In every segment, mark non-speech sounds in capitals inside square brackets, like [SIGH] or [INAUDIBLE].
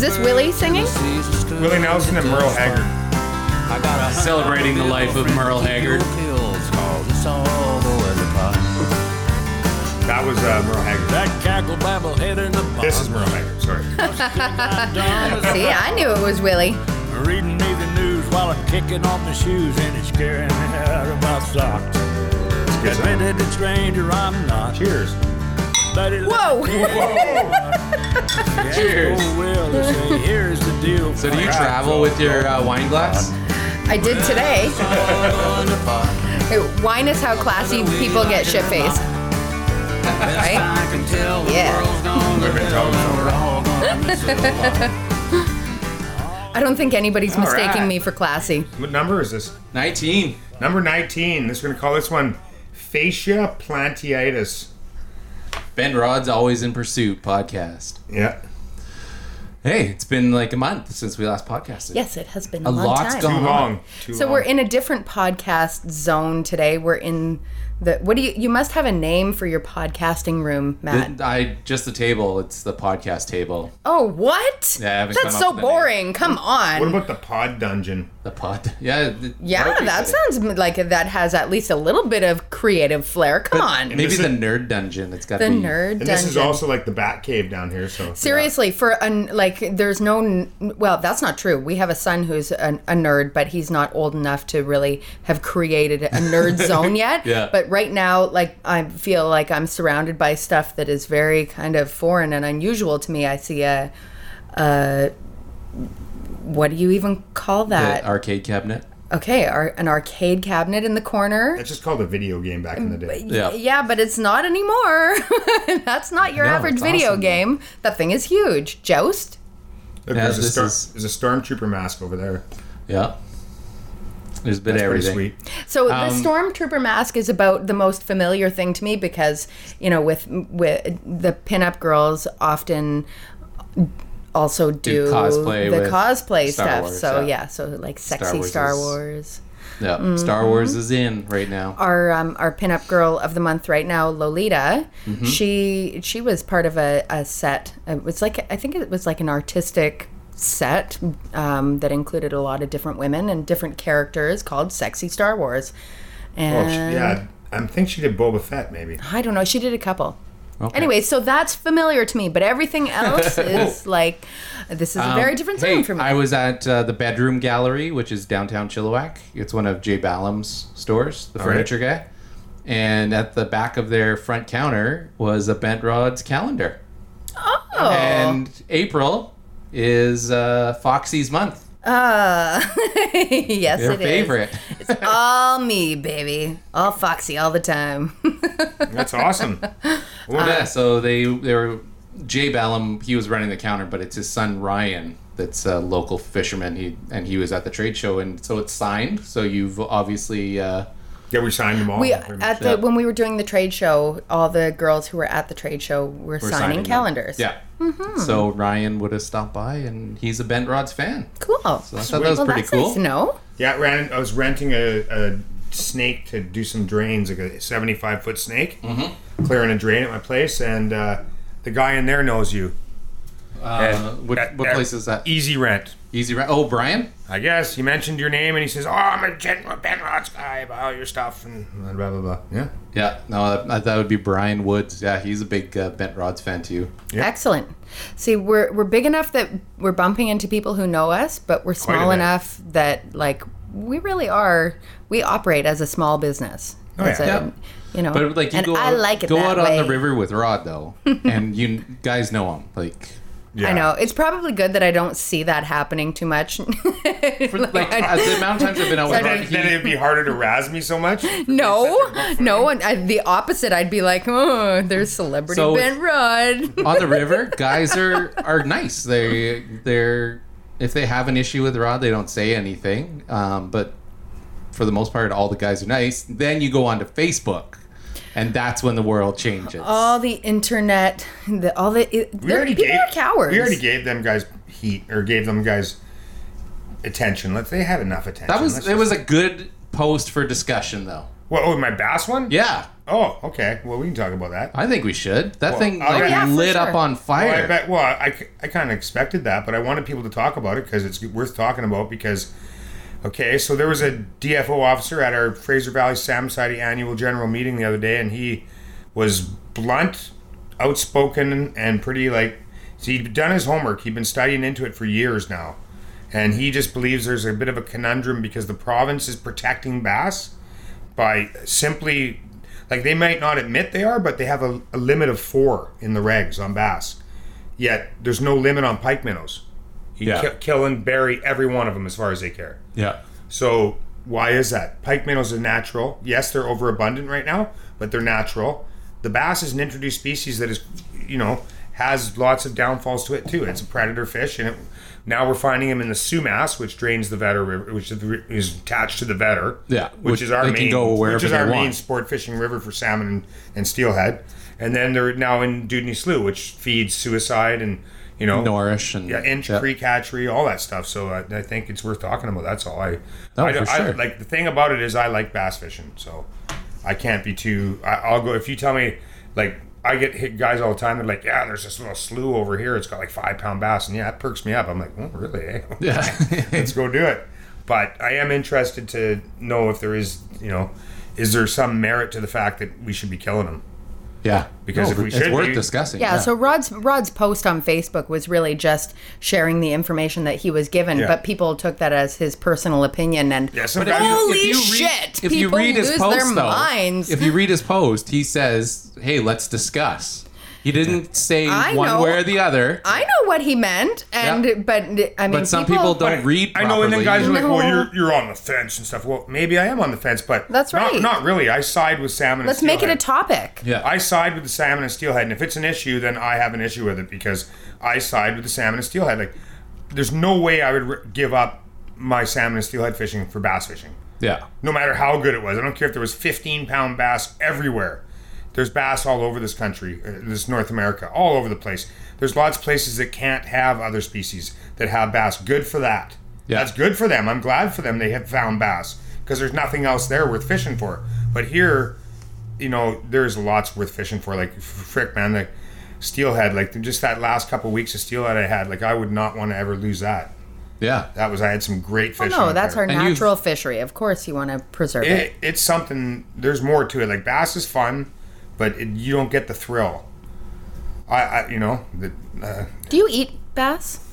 this Willie singing? Willie Nelson and Merle Haggard. Celebrating the life of Merle Haggard. That was uh, Merle Haggard. That cackle babble head in the This is Merle Haggard. Sorry. [LAUGHS] bomb. See, I knew it was Willie. Reading me the news while I'm kicking off my shoes and it's scaring me out of my socks. Good song. Admitted it's stranger, I'm not. Cheers. But it [LAUGHS] [LAUGHS] Whoa! Cheers. Oh, well, they say, here's the deal. So do you travel with your uh, wine glass? I did today. It- Wine is how classy people get shit faced. Right? I can tell the Yeah. world's gonna We've been talking hell, about we're all gonna miss a lot. I don't think anybody's mistaking right. me for classy. What number is this? 19. Number 19. This we're going to call this one fascia plantitis. Ben Rod's Always in Pursuit podcast. Yeah. Hey, it's been like a month since we last podcasted. Yes, it has been a, A long lot's time. Too gone. long. Too So long. we're in a different podcast zone today. We're in the what do you you must have a name for your podcasting room, Matt. It- I just the table. It's the podcast table. oh, what? Yeah, I haven't That's come up so with a name. boring. Come What on. about the pod dungeon? The pod. [LAUGHS] Yeah. th- Yeah, Murphy that said it. sounds m- like that has at least a little bit of creative flair. Come on. Maybe This the is- nerd dungeon. That's got The to be. nerd And dungeon. this is also like the bat cave down here. So Seriously, for an like, there's no n- well, that's not true. We have a son who's an, a nerd, but he's not old enough to really have created a [LAUGHS] nerd zone yet. Yeah. But right now, like, I feel like I'm surrounded by stuff that is very kind of foreign and unusual to me. I see a, uh, what do you even call that? The arcade cabinet. okay, ar- an arcade cabinet in the corner. That's just called a video game back in the day. Yeah. Yeah, but it's not anymore. [LAUGHS] that's not your No, average it's video awesome. game. That thing is huge. Joust. Look, Yeah, there's, a this star- is- there's a stormtrooper mask over there. Yeah. There's been That's everything. pretty sweet. So Um, the stormtrooper mask is about the most familiar thing to me because you know with with the pinup girls often also do, cosplay the with cosplay Star stuff. Wars, so yeah. yeah. so like sexy Wars Star is- Wars. Yeah. Mm-hmm. Star Wars is in right now. Our um, our pinup girl of the month right now, Lolita. Mm-hmm. She she was part of a, a set. It was like I think it was like an artistic set um, that included a lot of different women and different characters called Sexy Star Wars. Oh, And sh yeah, I think she did Boba Fett maybe. I don't know. She did a couple. Anyway, so that's familiar to me, but [LAUGHS] everything else is like this is a very different Um, Hey, zone for me. I was at uh, the Bedroom Gallery, which is downtown Chilliwack. It's one of Jay Ballam's stores, the right. furniture guy. And at the back of their front counter was a Bent Rod's calendar. oh, [LAUGHS] And April is uh, Foxy's month. yes, Their it is. favorite. [LAUGHS] All me, baby. All foxy all the time. [LAUGHS] That's awesome. Uh. yeah, so they they were Jay Ballam. He was running the counter, but it's his son Ryan that's a local fisherman. He and he was at the trade show, and so it's signed. So you've obviously uh, yeah, we signed them all. we pretty much. at the when we were doing the trade show, all the girls who were at the trade show were, we're signing, them. calendars. Mm-hmm. Yeah. So Ryan would have stopped by, and he's a Bent Rods fan. Cool. So I thought that was well, pretty that's cool. nice to know. yeah, I ran, I was renting a, a snake to do some drains, like a 75 foot snake, Mm-hmm. clearing a drain at my place, and uh, the guy in there knows you. Uh, what At- what at place is that? Easy rent. Easy. Ra- oh, Brian. I guess he mentioned your name and he says, "Oh, I'm a general Ben Rods guy about all your stuff and blah blah blah." blah. Yeah, Yeah. No, that, that would be Brian Woods. Yeah, he's a big uh, Bent Rods fan too. Excellent. See, we're we're big enough that we're bumping into people who know us, but we're a small bit. enough that like we really are. We operate as a small business. Oh, yeah. As a- Yeah. You know, But like you and go, I out- like it go that out on way. the river with [LAUGHS] Rod though, and you guys know him. Like, yeah. I know it's probably good that I don't see that happening too much. [LAUGHS] for, like uh, the amount of times I've been out with Rod, Then, then he, it'd be harder to razz me so [LAUGHS] much. no, no, and I, the opposite. I'd be like, oh, there's celebrity So- [LAUGHS] Ben Rudd. on the river, guys are are nice. They they're if they have an issue with Rod, they don't say anything. Um, but for the most part, all the guys are nice. Then you go onto Facebook, and that's when the world changes. all the internet, the, all the it, We already people gave are cowards. We already gave them guys heat or gave them guys attention. Let they had enough attention. that was Let's it just- was a good post for discussion though. What, oh, my bass one? Yeah, Oh, okay. Well, we can talk about that. I think we should. That Well, thing I'll like bet- Yeah, for lit up sure. on fire. Well, I bet. Well, I, kind of expected that, but I wanted people to talk about it because it's worth talking about. Because, okay, so there was a DFO officer at our Fraser Valley Sam Society annual general meeting the other day, and he was blunt, outspoken, and pretty like so he'd done his homework. He'd been studying into it for years now, and he just believes there's a bit of a conundrum because the province is protecting bass by simply like they might not admit they are, but they have a, a limit of four in the regs on bass. Yet there's no limit on pike minnows. You Yeah. ki- kill and bury every one of them as far as they care. yeah, So why is that? Pike minnows are natural. Yes, they're overabundant right now, but they're natural. The bass is an introduced species that is, you know, has lots of downfalls to it too. It's a predator fish, and it, now we're finding them in the Sumas, which drains the Vetter River, which is- is attached to the Vetter. Yeah, which, which is our they can main, go which wherever is they our main want. sport fishing river for salmon and, and steelhead. And then they're now in Dudney Slough, which feeds suicide and you know Norrish and yeah, Inch Creek Hatchery, all that stuff. So I, I think it's worth talking about. That's all. I, Oh, I, for I- sure. like the thing about it is I like bass fishing, so I can't be too. I, I'll go if you tell me like I get hit guys all the time. They're like, yeah, there's this little slough over here. It's got like five pound bass, and yeah, it perks me up. I'm like, oh, really? Eh? [LAUGHS] [LAUGHS] Yeah. Let's go do it. But I am interested to know if there is, you know, is there some merit to the fact that we should be killing them? yeah. Because if we it's should worth be- discussing. Yeah, so Rod's Rod's post on Facebook was really just sharing the information that he was given, Yeah. but people took that as his personal opinion and Yeah, But sometimes you- Holy if you read, shit, If you people read his lose post, their though, minds. if you read his post, he says, "Hey, let's discuss." He didn't say I one know. way or the other. I know what he meant and Yeah. but I mean but some people, don't read. I know, and then properly. guys are like, "Well, No. you're you're on the fence and stuff." Well, maybe I am on the fence, but That's not- right. Not, really. I side with salmon. Let's and make it a steelhead. topic. Yeah. I side with the salmon and steelhead, and if it's an issue, then I have an issue with it because I side with the salmon and steelhead. Like, there's no way I would r give up my salmon and steelhead fishing for bass fishing, yeah. no matter how good it was. I don't care if there was 15 pound bass everywhere. There's bass all over this country, uh, this North America, all over the place. There's lots of places that can't have other species that have bass. Good for that. Yeah. That's good for them. I'm glad for them they have found bass because there's nothing else there worth fishing for. But here, you know, there's lots worth fishing for. Like, f- frick, man, like steelhead, like just that last couple weeks of steelhead I had, like, I would not want to ever lose that. Yeah. That was, I had some great Well, fish. Oh, no, on that's there. our And you've- natural fishery. Of course you want to preserve it. it, it's something there's more to it like bass is fun but it, you don't get the thrill i, I you know the, uh, Do you eat bass?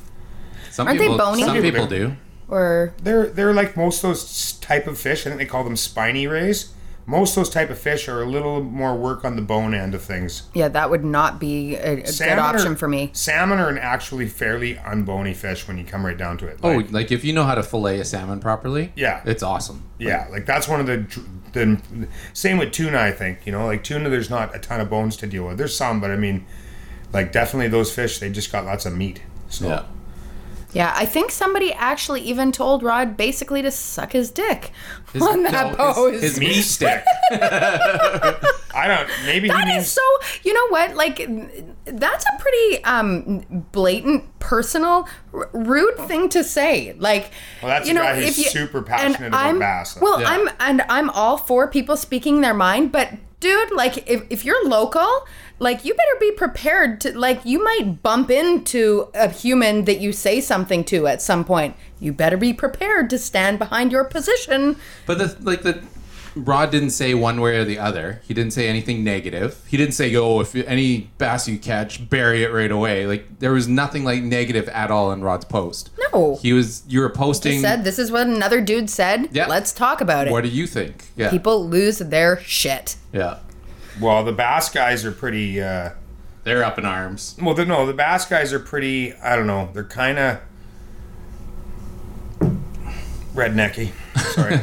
Some Aren't they people, bony? Some Some people people do. Or they're they're like most of those type of fish i think they call them spiny rays most of those type of fish are a little more work on the bone end of things yeah, that would not be a, a good Salmon are- option for me. salmon are an actually fairly unbony fish when you come right down to it Oh, Like, like if you know how to fillet a salmon properly, Yeah. it's awesome. yeah like that's one of the dr- the same with tuna i think you know like tuna there's not a ton of bones to deal with there's some but i mean like definitely those fish they just got lots of meat so Yeah, Yeah, I think somebody actually even told Rod basically to suck his dick His- on that no, his- pose. his meat stick. [LAUGHS] I don't. Maybe he that means. is so you know what like that's a pretty um blatant personal r- rude thing to say like Well, that's you a know guy who's if you, super and passionate about I'm- bass. well Yeah. i'm and i'm all for people speaking their mind but dude like if, if you're local like you better be prepared to like you might bump into a human that you say something to at some point you better be prepared to stand behind your position but the like the Rod didn't say one way or the other. He didn't say anything negative. He didn't say, "Oh, if any bass you catch, bury it right away." Like there was nothing like negative at all in Rod's post. No. he was. You were posting. said this is what another dude said Yeah. let's talk about it What do you think? Yeah, people lose their shit. Yeah, well, the bass guys are pretty. Uh, they're up in arms. well, the, no, the bass guys are pretty. I don't know. They're kind of rednecky. Sorry,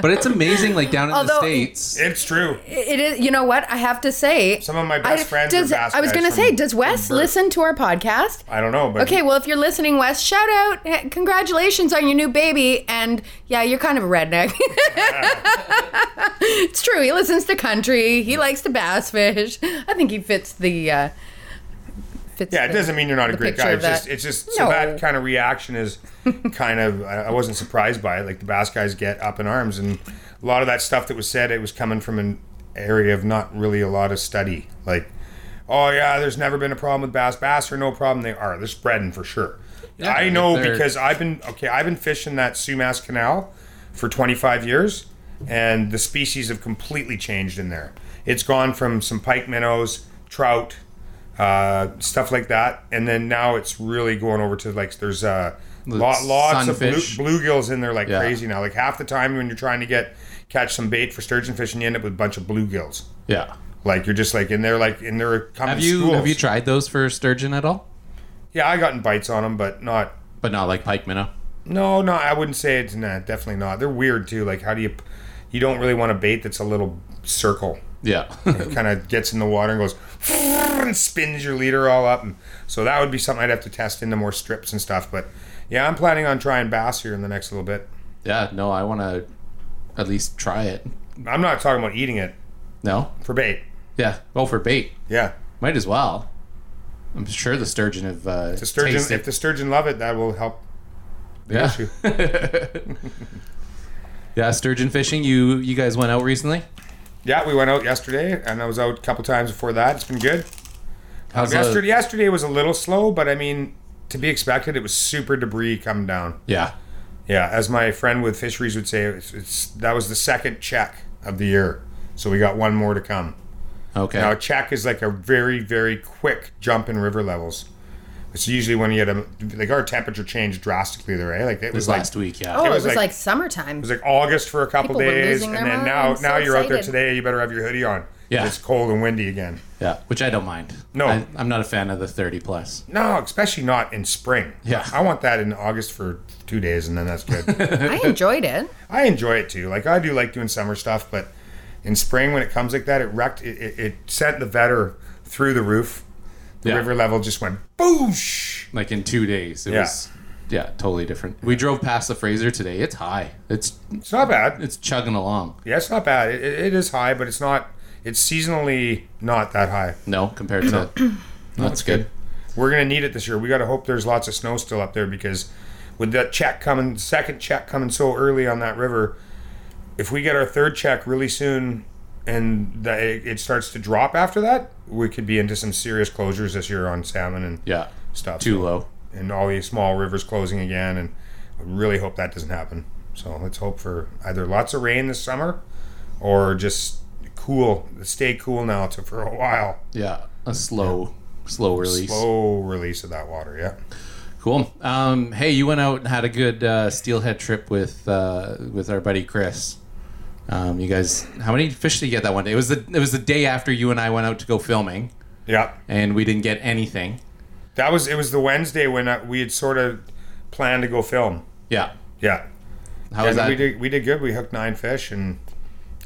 But it's amazing. Like down in the Although- states, it's true. It is, you know what? I have to say, Some of my best I, friends Does, are bass I was guys going to from- say, does Wes from Bert. listen to our podcast? I don't know, but Okay, well, if you're listening, Wes, shout out, Eh, congratulations on your new baby, and yeah, you're kind of a redneck. [LAUGHS] it's true. He listens to country. He likes to bass fish. I think he fits the. Uh, fits Yeah, it the- doesn't mean you're not a the great picture guy. of It's just, that. it's just so that No. kind of reaction is kind of. I I wasn't surprised by it. Like the Bass guys get up in arms, and a lot of that stuff that was said, it was coming from an area of not really a lot of study. Like, oh yeah, there's never been a problem with bass. Bass are no problem. They are. They're spreading for sure. Yeah, I know if they're- because I've been okay. I've been fishing that Sumas Canal for 25 years, and the species have completely changed in there. It's gone from some pike minnows, trout, uh, stuff like that, and then now it's really going over to like there's uh, lo- lots sunfish. of blue- bluegills in there like Yeah. crazy now. Like half the time when you're trying to get catch some bait for sturgeon fishing, you end up with a bunch of bluegills. Yeah. Like you're just like in there, like in there. Coming Have you schools. have you tried those for sturgeon at all? Yeah, I gotten bites on them, but not. But not like pike minnow. No, no, I wouldn't say it's nah, definitely not. They're weird too. Like how do you? You don't really want a bait that's a little circle. [LAUGHS] Yeah. It kind of gets in the water and goes and spins your leader all up. And so that would be something I'd have to test into more strips and stuff. But yeah, I'm planning on trying bass here in the next little bit. yeah. No, I want to at least try it. I'm not talking about eating it No. for bait. Yeah. Well, for bait, Yeah, might as well. I'm sure the sturgeon have uh, the sturgeon. tasted- If the sturgeon love it, that will help the yeah. issue. [LAUGHS] yeah, sturgeon fishing. You you guys went out recently. Yeah, we went out yesterday, and I was out a couple times before that. It's been good. How's the- Yesterday, yesterday was a little slow, but I mean, to be expected, it was super debris coming down. Yeah. Yeah, as my friend with fisheries would say, it's, it's that was the second check of the year, so we got one more to come. Okay. Now, a check is like a very, very quick jump in river levels. It's usually when you had a like our temperature changed drastically there, eh? Like it this was like last week. Yeah. Oh, it was, was like, like- summertime. It was like August for a couple People were days, losing and their then now minds, so now you're out there excited. today. You better have your hoodie on. Yeah. it's cold and windy again. Yeah. Which I don't mind. No. I, I'm not a fan of the 30 plus. No, especially not in spring. Yeah. I want that in August for two days, and then that's [LAUGHS] good. I enjoyed it. I enjoy it too. Like I do like doing summer stuff, but in spring when it comes like that, it wrecked. It, it, it sent the vetter through the roof. The Yeah. river level just went boosh. Like in two days. It Yeah. was. Yeah, totally different. We drove past the Fraser today. It's high. It's It's not bad. it's chugging along. Yeah, it's not bad. It, it- it is high, but it's not. It's seasonally not that high. No, compared [CLEARS THROAT] to that's good. We're gonna need it this year. We gotta hope there's lots of snow still up there because with that check coming, second check coming so early on that river, if we get our third check really soon and that it, it starts to drop after that, we could be into some serious closures this year on salmon and Yeah, stuff. too low. And all these small rivers closing again, and I really hope that doesn't happen. So let's hope for either lots of rain this summer or just cool, stay cool now to, for a while. Yeah, a slow, slow release. Slow release of that water, yeah. Cool. Um, hey, you went out and had a good uh, steelhead trip with uh, with our buddy Chris. Um, you guys, how many fish did you get that one day? It was the it was the day after you and I went out to go filming, Yeah. and we didn't get anything. That was it. Was the Wednesday when I, we had sort of planned to go film. Yeah, Yeah, how Yeah, was that? we did. We did good. We hooked nine fish and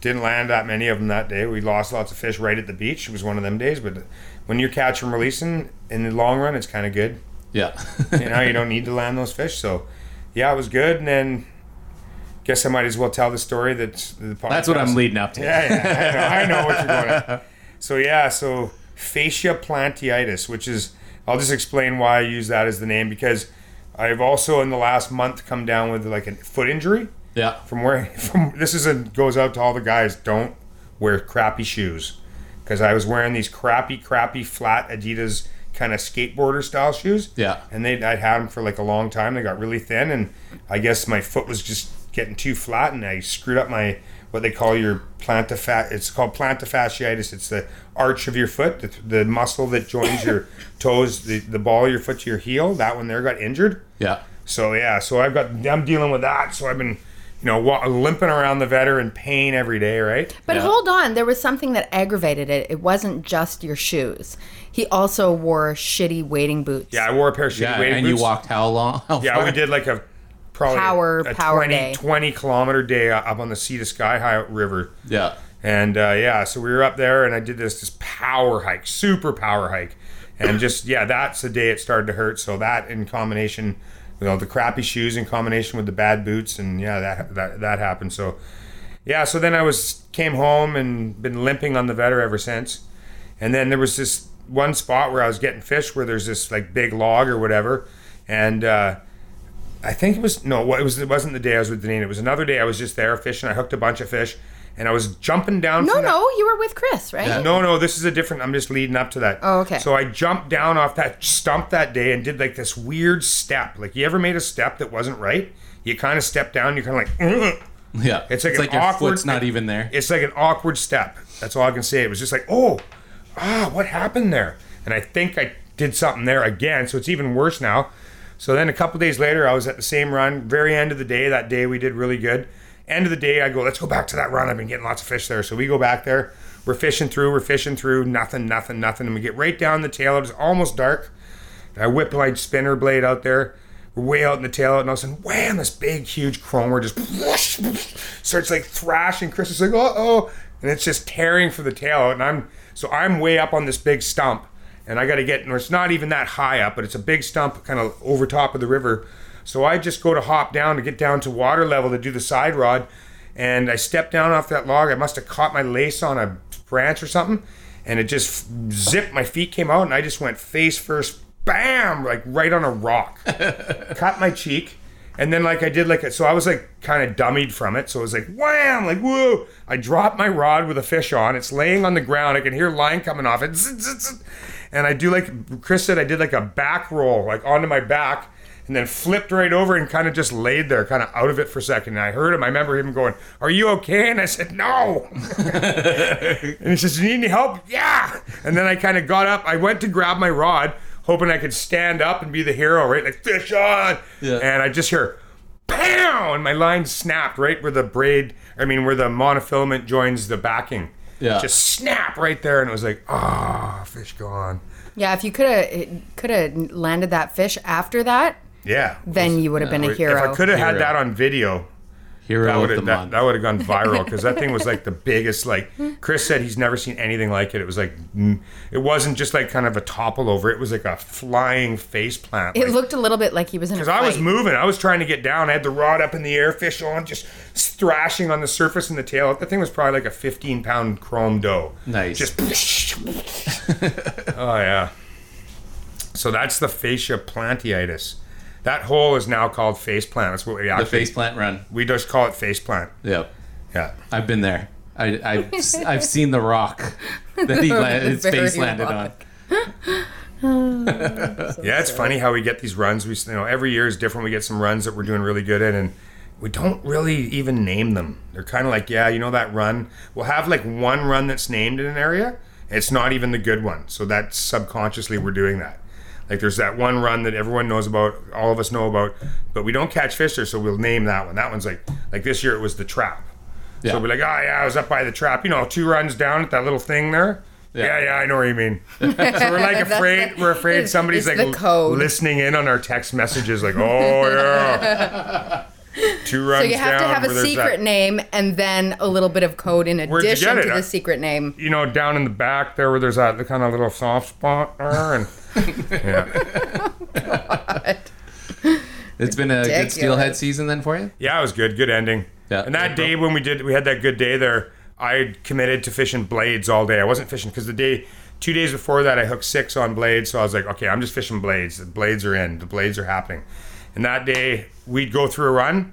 didn't land that many of them that day. We lost lots of fish right at the beach. It was one of them days. But when you catch and releasing in the long run, it's kind of good. Yeah, You know, you don't need to land those fish. So yeah, it was good. And then guess I might as well tell the story that the podcast. [LAUGHS] that's what [LAUGHS] I'm leading up to. Yeah, yeah, I know, I know what you're going at. So yeah, so fascia plantitis, which is I'll just explain why I use that as the name because I've also in the last month come down with like a foot injury yeah, from wearing [LAUGHS] from this is a goes out to all the guys don't wear crappy shoes because I was wearing these crappy crappy flat Adidas kind of skateboarder style shoes Yeah. and they I'd had them for like a long time they got really thin and I guess my foot was just getting too flat and I screwed up my what they call your plantar fat it's called plantar fasciitis it's the arch of your foot the, the muscle that joins your toes the, the ball of your foot to your heel that one there got injured yeah. so yeah, so I've got I'm dealing with that. So I've been, you know, wa- limping around the vetter in pain every day, right? But Yeah. hold on, there was something that aggravated it. It wasn't just your shoes. He also wore shitty wading boots. Yeah, I wore a pair of shitty Yeah, wading and boots. you walked how long? How Yeah, far? we did like a probably Power- a power 20, day. 20 kilometer day up on the Sea to Sky High River. Yeah, And uh, yeah, so we were up there, and I did this this power hike, super power hike, and just yeah, that's the day it started to hurt. So that in combination, you know, the crappy shoes in combination with the bad boots, and yeah, that that that happened. So yeah, so then I was came home and been limping on the vetter ever since. And then there was this one spot where I was getting fish where there's this like big log or whatever, and uh, I think it was no, what it was. It wasn't the day I was with Deneen. It was another day. I was just there fishing. I hooked a bunch of fish, and I was jumping down. No, from that- no, you were with Chris, right? no, no, this is a different. I'm just leading up to that. Oh, okay. So I jumped down off that stump that day and did like this weird step. Like, you ever made a step that wasn't right? You kind of step down, you're kind of like, "Ugh." Yeah, It's like an your awkward- foot's not even there. it's like an awkward step. That's all I can say. It was just like, oh, ah, what happened there? And I think I did something there again. So it's even worse now. So then a couple days later, I was at the same run. Very end of the day, that day we did really good. End of the day, I go, let's go back to that run. I've been getting lots of fish there. So we go back there. We're fishing through, we're fishing through, nothing, nothing, nothing. And we get right down the tail. It was almost dark. I whip like spinner blade out there, way out in the tail, and all of a sudden, wham! This big, huge cromer just whoosh, whoosh, starts like thrashing. Chris is like, uh oh, and it's just tearing for the tail out, and I'm so I'm way up on this big stump, and I got to get, or it's not even that high up, but it's a big stump, kind of over top of the river. So I just go to hop down to get down to water level to do the side rod, and I stepped down off that log. I must have caught my lace on a branch or something, and it just zipped. My feet came out, and I just went face first, bam, like right on a rock. Cut my cheek, and then like I did like a, so I was like kind of dummied from it. So it was like wham, like whoa. I dropped my rod with a fish on. It's laying on the ground. I can hear line coming off it, Zzz, zzz, zzz. and I do like Chris said. I did like a back roll, like onto my back. And then flipped right over and kind of just laid there, kind of out of it for a second. And I heard him. I remember him going, "Are you okay?" And I said, "No." And he says, "You need any help?" Yeah. And then I kind of got up. I went to grab my rod, hoping I could stand up and be the hero, right? Like fish on. Yeah. And I just hear, pow, and my line snapped right where the braid. I mean, where the monofilament joins the backing. Yeah. Just snap right there, and it was like, ah, fish gone. Yeah, if you could have could have landed that fish after that, Yeah. then you would have been a hero. If I could have had Hero. that on video, that Hero of would the have that, month. that would have gone viral because that thing was like the [LAUGHS] biggest. Like Chris said, he's never seen anything like it. It was like mm, it wasn't just like kind of a topple over. It was like a flying face plant. it looked a little bit like he was in. because I was moving. I was trying to get down. I had the rod up in the air, fish on, just thrashing on the surface and the tail. That thing was probably like a 15 pound chrome dough. Nice. Just. oh yeah. So that's the fascia plantitis. That hole is now called face plant. That's what we the actually face plant run. we just call it face plant. Yep. Yeah. I've been there. I, [LAUGHS] I've, s- I've seen the [LAUGHS] rock that he landed, his Very face landed rock. on. Yeah, it's funny how we get these runs. We, s- you know, every year is different. We get some runs that we're doing really good at, and we don't really even name them. They're kind of like, yeah, you know that run. We'll have like one run that's named in an area. It's not even the good one. So that's subconsciously we're doing that. Like there's that one run that everyone knows about, all of us know about, but we don't catch fish there, so we'll name that one. That one's like, like this year it was the trap. Yeah. So we're like, ah, yeah, I was up by the trap. You know, two runs down at that little thing there. Yeah, Yeah. yeah, I know what you [LAUGHS] mean. so we're like afraid. We're afraid somebody's it's like the code. listening in on our text messages, like, oh yeah, two runs [LAUGHS] So you have to down have where a there's secret that- name and then a little bit of code in you addition get it to the at? secret name. You know, down in the back there, where there's that kind of little soft spot there, and yeah. It's been a good Ridiculous. steelhead season then for you? Yeah, it was good. Good ending. Yeah. And that day when we did, we had that good day there. I committed to fishing blades all day. I wasn't fishing because the day, two days before that, I hooked six on blades. So I was like, okay, I'm just fishing blades. The blades are in. The blades are happening. And that day, we'd go through a run.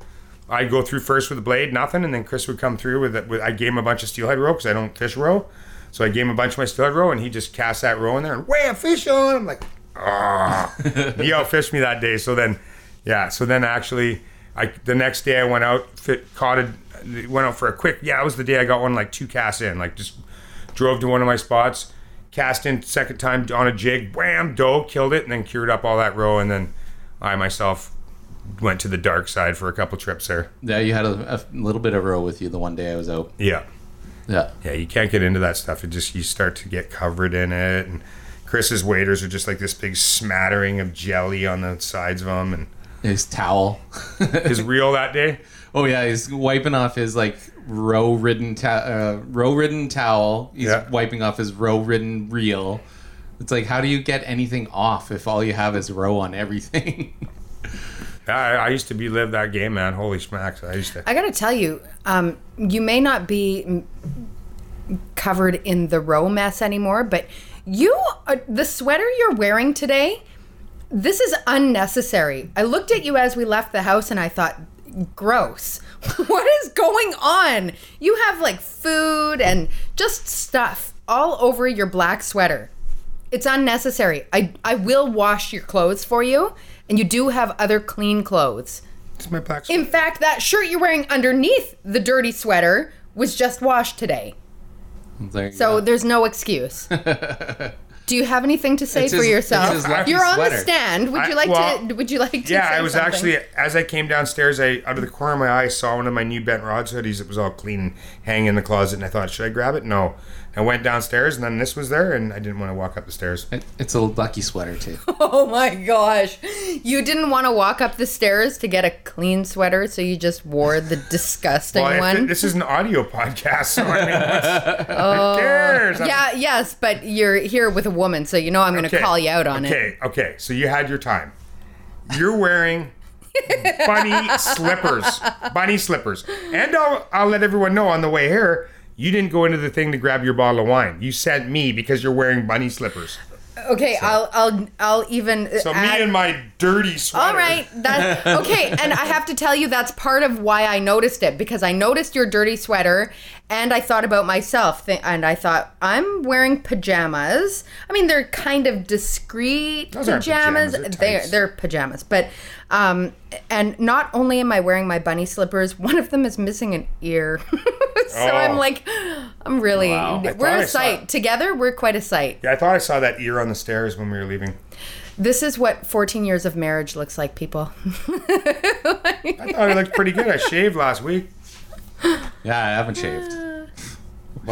I'd go through first with a blade, nothing, and then Chris would come through with. with I gave him a bunch of steelhead row because I don't fish row, so I gave him a bunch of my steelhead row, and he just cast that row in there and wham, fish on. I'm like, ah, he outfished me that day. So then, yeah, so then actually, I the next day I went out, fit, caught it, went out for a quick. Yeah, it was the day I got one like two casts in, like just drove to one of my spots, cast in second time on a jig, wham, doe, killed it, and then cured up all that row, and then I myself went to the dark side for a couple trips there. Yeah, you had a, a little bit of row with you the one day I was out. Yeah. Yeah. Yeah, you can't get into that stuff. It just you start to get covered in it and Chris's waders are just like this big smattering of jelly on the sides of them and His [LAUGHS] towel. his reel that day. Oh yeah, he's wiping off his like row ridden ta- uh, row ridden towel. He's Yeah. wiping off his row ridden reel. It's like how do you get anything off if all you have is row on everything? [LAUGHS] I, I used to be live that game, man. Holy smacks! I used to. I got to tell you, um, you may not be mm, covered in the row mess anymore, but you, uh, the sweater you're wearing today, This is unnecessary. I looked at you as we left the house and I thought, gross. [LAUGHS] what is going on? You have like food and just stuff all over your black sweater. It's unnecessary. I, I will wash your clothes for you, and you do have other clean clothes. It's my black. In fact, that shirt you're wearing underneath the dirty sweater was just washed today. There you So go. there's [LAUGHS] no excuse. Do you have anything to say It's for his- yourself? it's his lucky You're on the sweater. stand. Would I- you like to? well, Would you like to? yeah, say I was something? actually as I came downstairs, I out of the corner of my eye saw one of my new bent rods hoodies. It was all clean, and hanging in the closet, and I thought, should I grab it? No. I went downstairs, and then this was there, and I didn't want to walk up the stairs. It- it's a lucky sweater too. Oh my gosh! You didn't want to walk up the stairs to get a clean sweater, so you just [LAUGHS] wore the disgusting Well, I- one. th- this is an audio podcast, so I mean, what's, who cares? I'm- yeah, yes, but you're here with a woman, so you know I'm going to call you out on it. Okay, okay. So you had your time. You're wearing bunny slippers, bunny slippers, and I'll I'll let everyone know on the way here. You didn't go into the thing to grab your bottle of wine. You sent me because you're wearing bunny slippers. Okay, I'll, I'll, I'll even. So add- me and my dirty sweater. All right, that okay, and I have to tell you that's part of why I noticed it because I noticed your dirty sweater, and I thought about myself, th- and I thought I'm wearing pajamas. I mean, they're kind of discreet Those aren't pajamas. pajamas, they're They're tights. they're pajamas, but um, and not only am I wearing my bunny slippers, one of them is missing an ear, [LAUGHS] so I'm Oh. like, I'm really Wow. I we're thought a I saw sight it. together. We're quite a sight. Yeah, I thought I saw that ear on the stairs when we were leaving. This is what 14 years of marriage looks like, people. [LAUGHS] I thought it looked pretty good. I shaved last week. Yeah, I [LAUGHS] haven't shaved.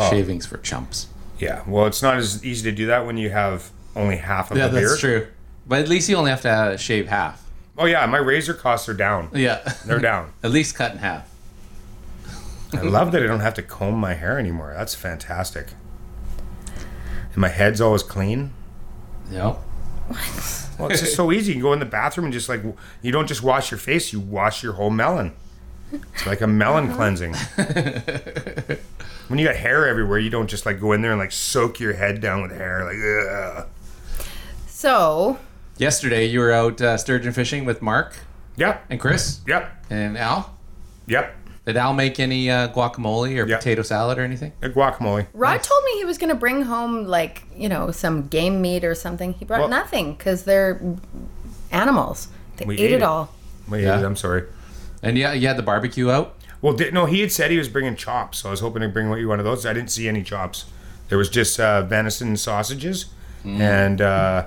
Shavings for chumps. Yeah. Well, it's not as easy to do that when you have only half of Yeah, a beard. that's true. But at least you only have to uh, shave half. Oh yeah, my razor costs are down. Yeah, They're down. [LAUGHS] at least cut in half. I love that I don't have to comb my hair anymore. That's fantastic. And my head's always clean. Yep. Well, it's just so easy. You can go in the bathroom and just like, w- you don't just wash your face, you wash your whole melon. It's like a melon cleansing. when you got hair everywhere, you don't just like go in there and like soak your head down with hair. Like, ugh. So Yesterday you were out uh, sturgeon fishing with Mark Yep, and Chris yep, and Al. yep. Did Al make any uh, guacamole or Yeah. potato salad or anything? A guacamole. Rod told me he was going to bring home like you know some game meat or something. He brought Well- nothing because they're animals. They We ate, ate it, it. all. Wait, Yeah. I'm sorry. And yeah, you had the barbecue out. Well, di- no, he had said he was bringing chops, so I was hoping to bring you one of those. I didn't see any chops. There was just uh, venison sausages Mm. and uh,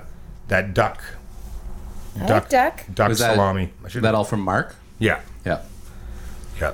that duck, I Duck. like duck. duck Was that- salami. I should That all from Mark. Yeah, Yeah. yeah.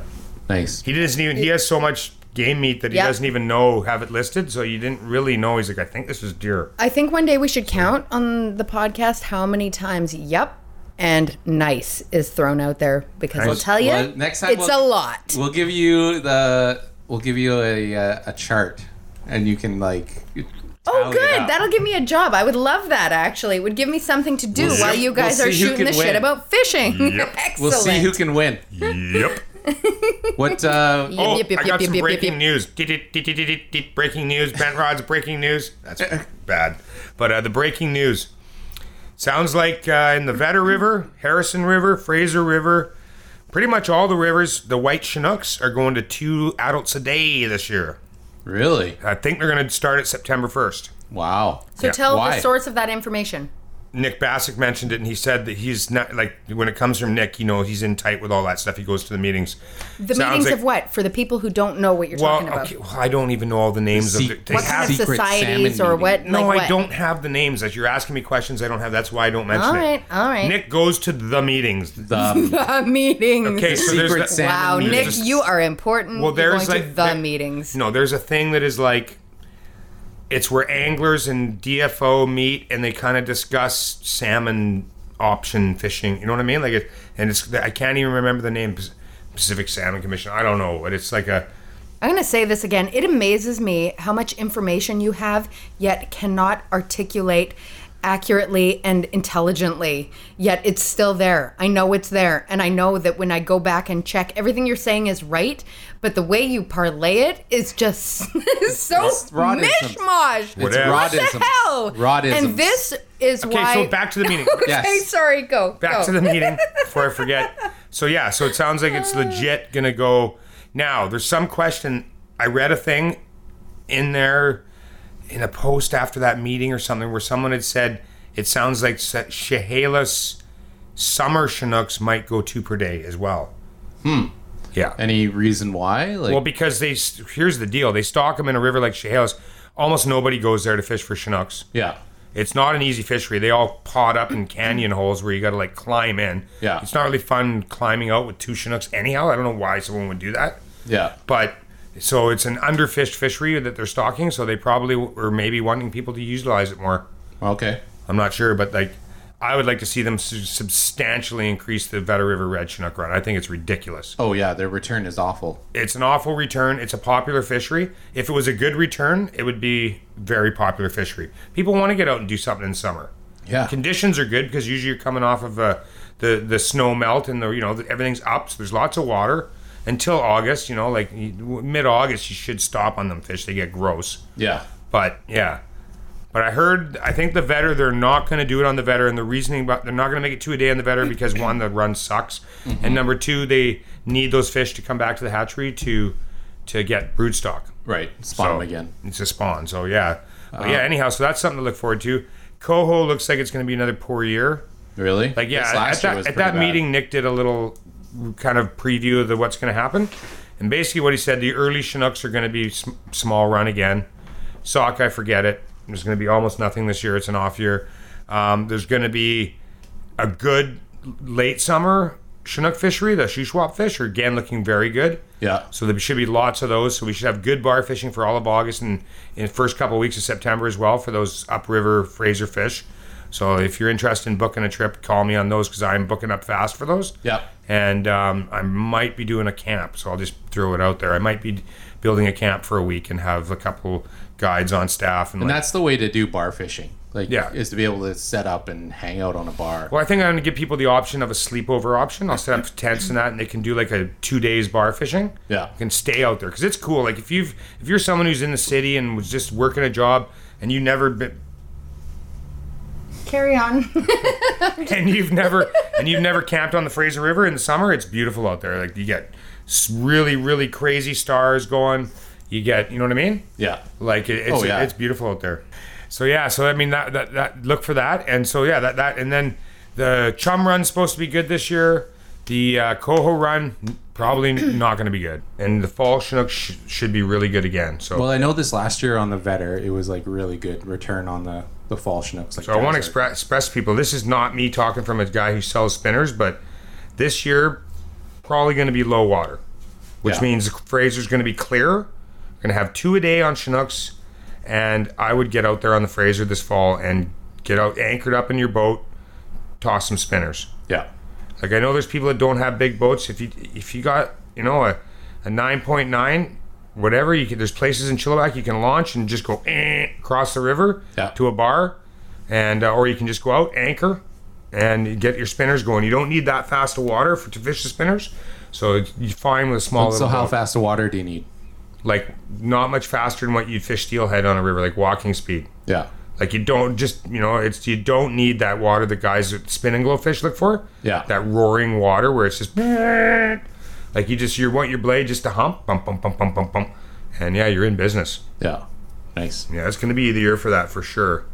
Nice. He doesn't even. He has so much game meat that he Yeah. doesn't even know have it listed. So you didn't really know. He's like, I think this was deer. I think one day we should count on the podcast how many times "yep" and "nice" is thrown out there because I'll Nice. tell you, Well, next time it's we'll- a lot. We'll give you the. We'll give you a uh, a chart, and you can like. Oh, tally it good. up. That'll give me a job. I would love that. Actually, it would give me something to do We'll while see- you guys we'll are see who shooting the can shit win. about fishing. Yep. [LAUGHS] Excellent. We'll see who can win. yep. [LAUGHS] What? Uh, Yep, Oh, yep, yep, I got yep, some yep, yep, breaking yep. news. Did-did-did-did-did-did. Breaking news. Bent rods. Breaking news. That's bad. But uh, the breaking news sounds like uh, in the Vetter River, Harrison River, Fraser River, pretty much all the rivers. The White Chinooks are going to two adults a day this year. Really? I think they're going to start at September first. Wow. So Yeah. tell Why? the source of that information. Nick Bassick mentioned it, and he said that he's not like when it comes from Nick, you know, he's in tight with all that stuff. He goes to the meetings. The meetings of what? For the people who don't know what you're talking Well, about. okay, well, I don't even know all the names of Se- the. they What have kind of Secret societies salmon or meeting. what? No, like I what? don't have the names. That you're asking me questions I don't have. That's why I don't mention All it. right, all right. Nick goes to the meetings. [LAUGHS] The The meetings. Okay, so there's secret that- salmon. Wow, meeting. Nick, Just- you are important. Well, You're there's going to like- the there- meetings. No, there's a thing that is like, it's where anglers and DFO meet and they kind of discuss salmon option fishing. You know what I mean? Like, it, and it's I can't even remember the name Pac- Pacific Salmon Commission. I don't know, but it's like a I'm going to say this again. It amazes me how much information you have, yet cannot articulate accurately and intelligently, yet it's still there. I know it's there. And I know that when I go back and check, everything you're saying is right, but the way you parlay it is just [LAUGHS] so It's rodism. mishmash. It's Whatever. What rodism. the hell? Rodisms. And this is Okay, why. so back to the meeting. [LAUGHS] Okay, Yes. sorry, go. back go. to the meeting before I forget. So yeah, so it sounds like it's legit gonna go. Now there's some question. I read a thing in there in a post after that meeting or something where someone had said it sounds like Sa- Chehalis summer Chinooks might go two per day as well. Hmm. Yeah. Any reason why? Like, Well, because they st- here's the deal: they stock them in a river like Chehalis. Almost nobody goes there to fish for Chinooks. yeah. It's not an easy fishery. They all pod up in canyon holes where you got to like climb in. Yeah. It's not really fun climbing out with two Chinooks anyhow. I don't know why someone would do that. Yeah. But so it's an underfished fishery that they're stocking. So they probably were maybe wanting people to utilize it more. Okay. I'm not sure, but like I would like to see them su- substantially increase the Vetter River Red Chinook run. I think it's ridiculous. Oh yeah, their return is awful. It's an awful return. It's a popular fishery. If it was a good return, it would be very popular fishery. People want to get out and do something in summer [LAUGHS] Yeah. conditions are good because usually you're coming off of uh, the the snow melt and the you know the, everything's up, so there's lots of water until August. You know, like mid August, you should stop on them fish. They get gross. yeah. But yeah, but I heard I think the vetter they're not going to do it on the vetter, and the reasoning about they're not going to make it two a day on the vetter because one the run sucks, and number two they need those fish to come back to the hatchery to to get brood stock. Right. Spawn them again. It's a spawn. So yeah, Uh-huh. But, yeah. Anyhow, so that's something to look forward to. Coho looks like it's going to be another poor year. Really? Like yeah, This at last year that, was at pretty that bad. meeting, Nick did a little kind of preview of the, what's going to happen, and basically what he said: the early Chinooks are going to be sm- small run again. Sockeye, forget it. There's going to be almost nothing this year. It's an off year. Um, there's going to be a good late summer Chinook fishery. The Shuswap fish are again looking very good. Yeah. So there should be lots of those. So we should have good bar fishing for all of August and in the first couple of weeks of September as well for those upriver Fraser fish. So if you're interested in booking a trip, call me on those because I'm booking up fast for those. Yeah. And um, I might be doing a camp, so I'll just throw it out there. I might be building a camp for a week and have a couple guides on staff and, And like, that's the way to do bar fishing. Like Yeah. is to be able to set up and hang out on a bar. Well, I think I'm gonna give people the option of a sleepover option. I'll set up tents and that, and they can do like a two days bar fishing. Yeah. can stay out there because it's cool. Like if you've if you're someone who's in the city and was just working a job and you never been Carry on. and you've never and you've never camped on the Fraser River in the summer, it's beautiful out there. Like you get s- really really crazy stars going. You get you know what I mean? Yeah. Like it, it's Oh, yeah. it's beautiful out there. So yeah, so I mean that, that that look for that, and so yeah, that that and then the Chum Run's supposed to be good this year. The uh, Coho Run probably [CLEARS THROAT] not going to be good, and the Fall Chinook sh- should be really good again. So Well, I know this last year on the Vetter, it was like really good return on the the fall Chinooks. Like So I want to Jack's express, like- express people. This is not me talking from a guy who sells spinners, but this year probably going to be low water, which Yeah. means Fraser's going to be clear. We're going to have two a day on Chinooks, and I would get out there on the Fraser this fall and get out anchored up in your boat, toss some spinners. Yeah. Like I know there's people that don't have big boats. If you if you got you know a a nine point nine, whatever you can, there's places in Chilliwack you can launch and just go eh, across the river Yeah. to a bar, and uh, or you can just go out anchor and get your spinners going. You don't need that fast of water for to fish the spinners, so it's- you're fine with a small. So little how boat. fast of water do you need? Like not much faster than what you'd fish steelhead on a river, like walking speed. Yeah. Like you don't just you know it's you don't need that water that guys with spin and glowfish look for. Yeah. That roaring water where it's just like you just you want your blade just to hump bump bump bump bump bump bump, and yeah you're in business. Yeah. Nice. Yeah, it's going to be the year for that for sure.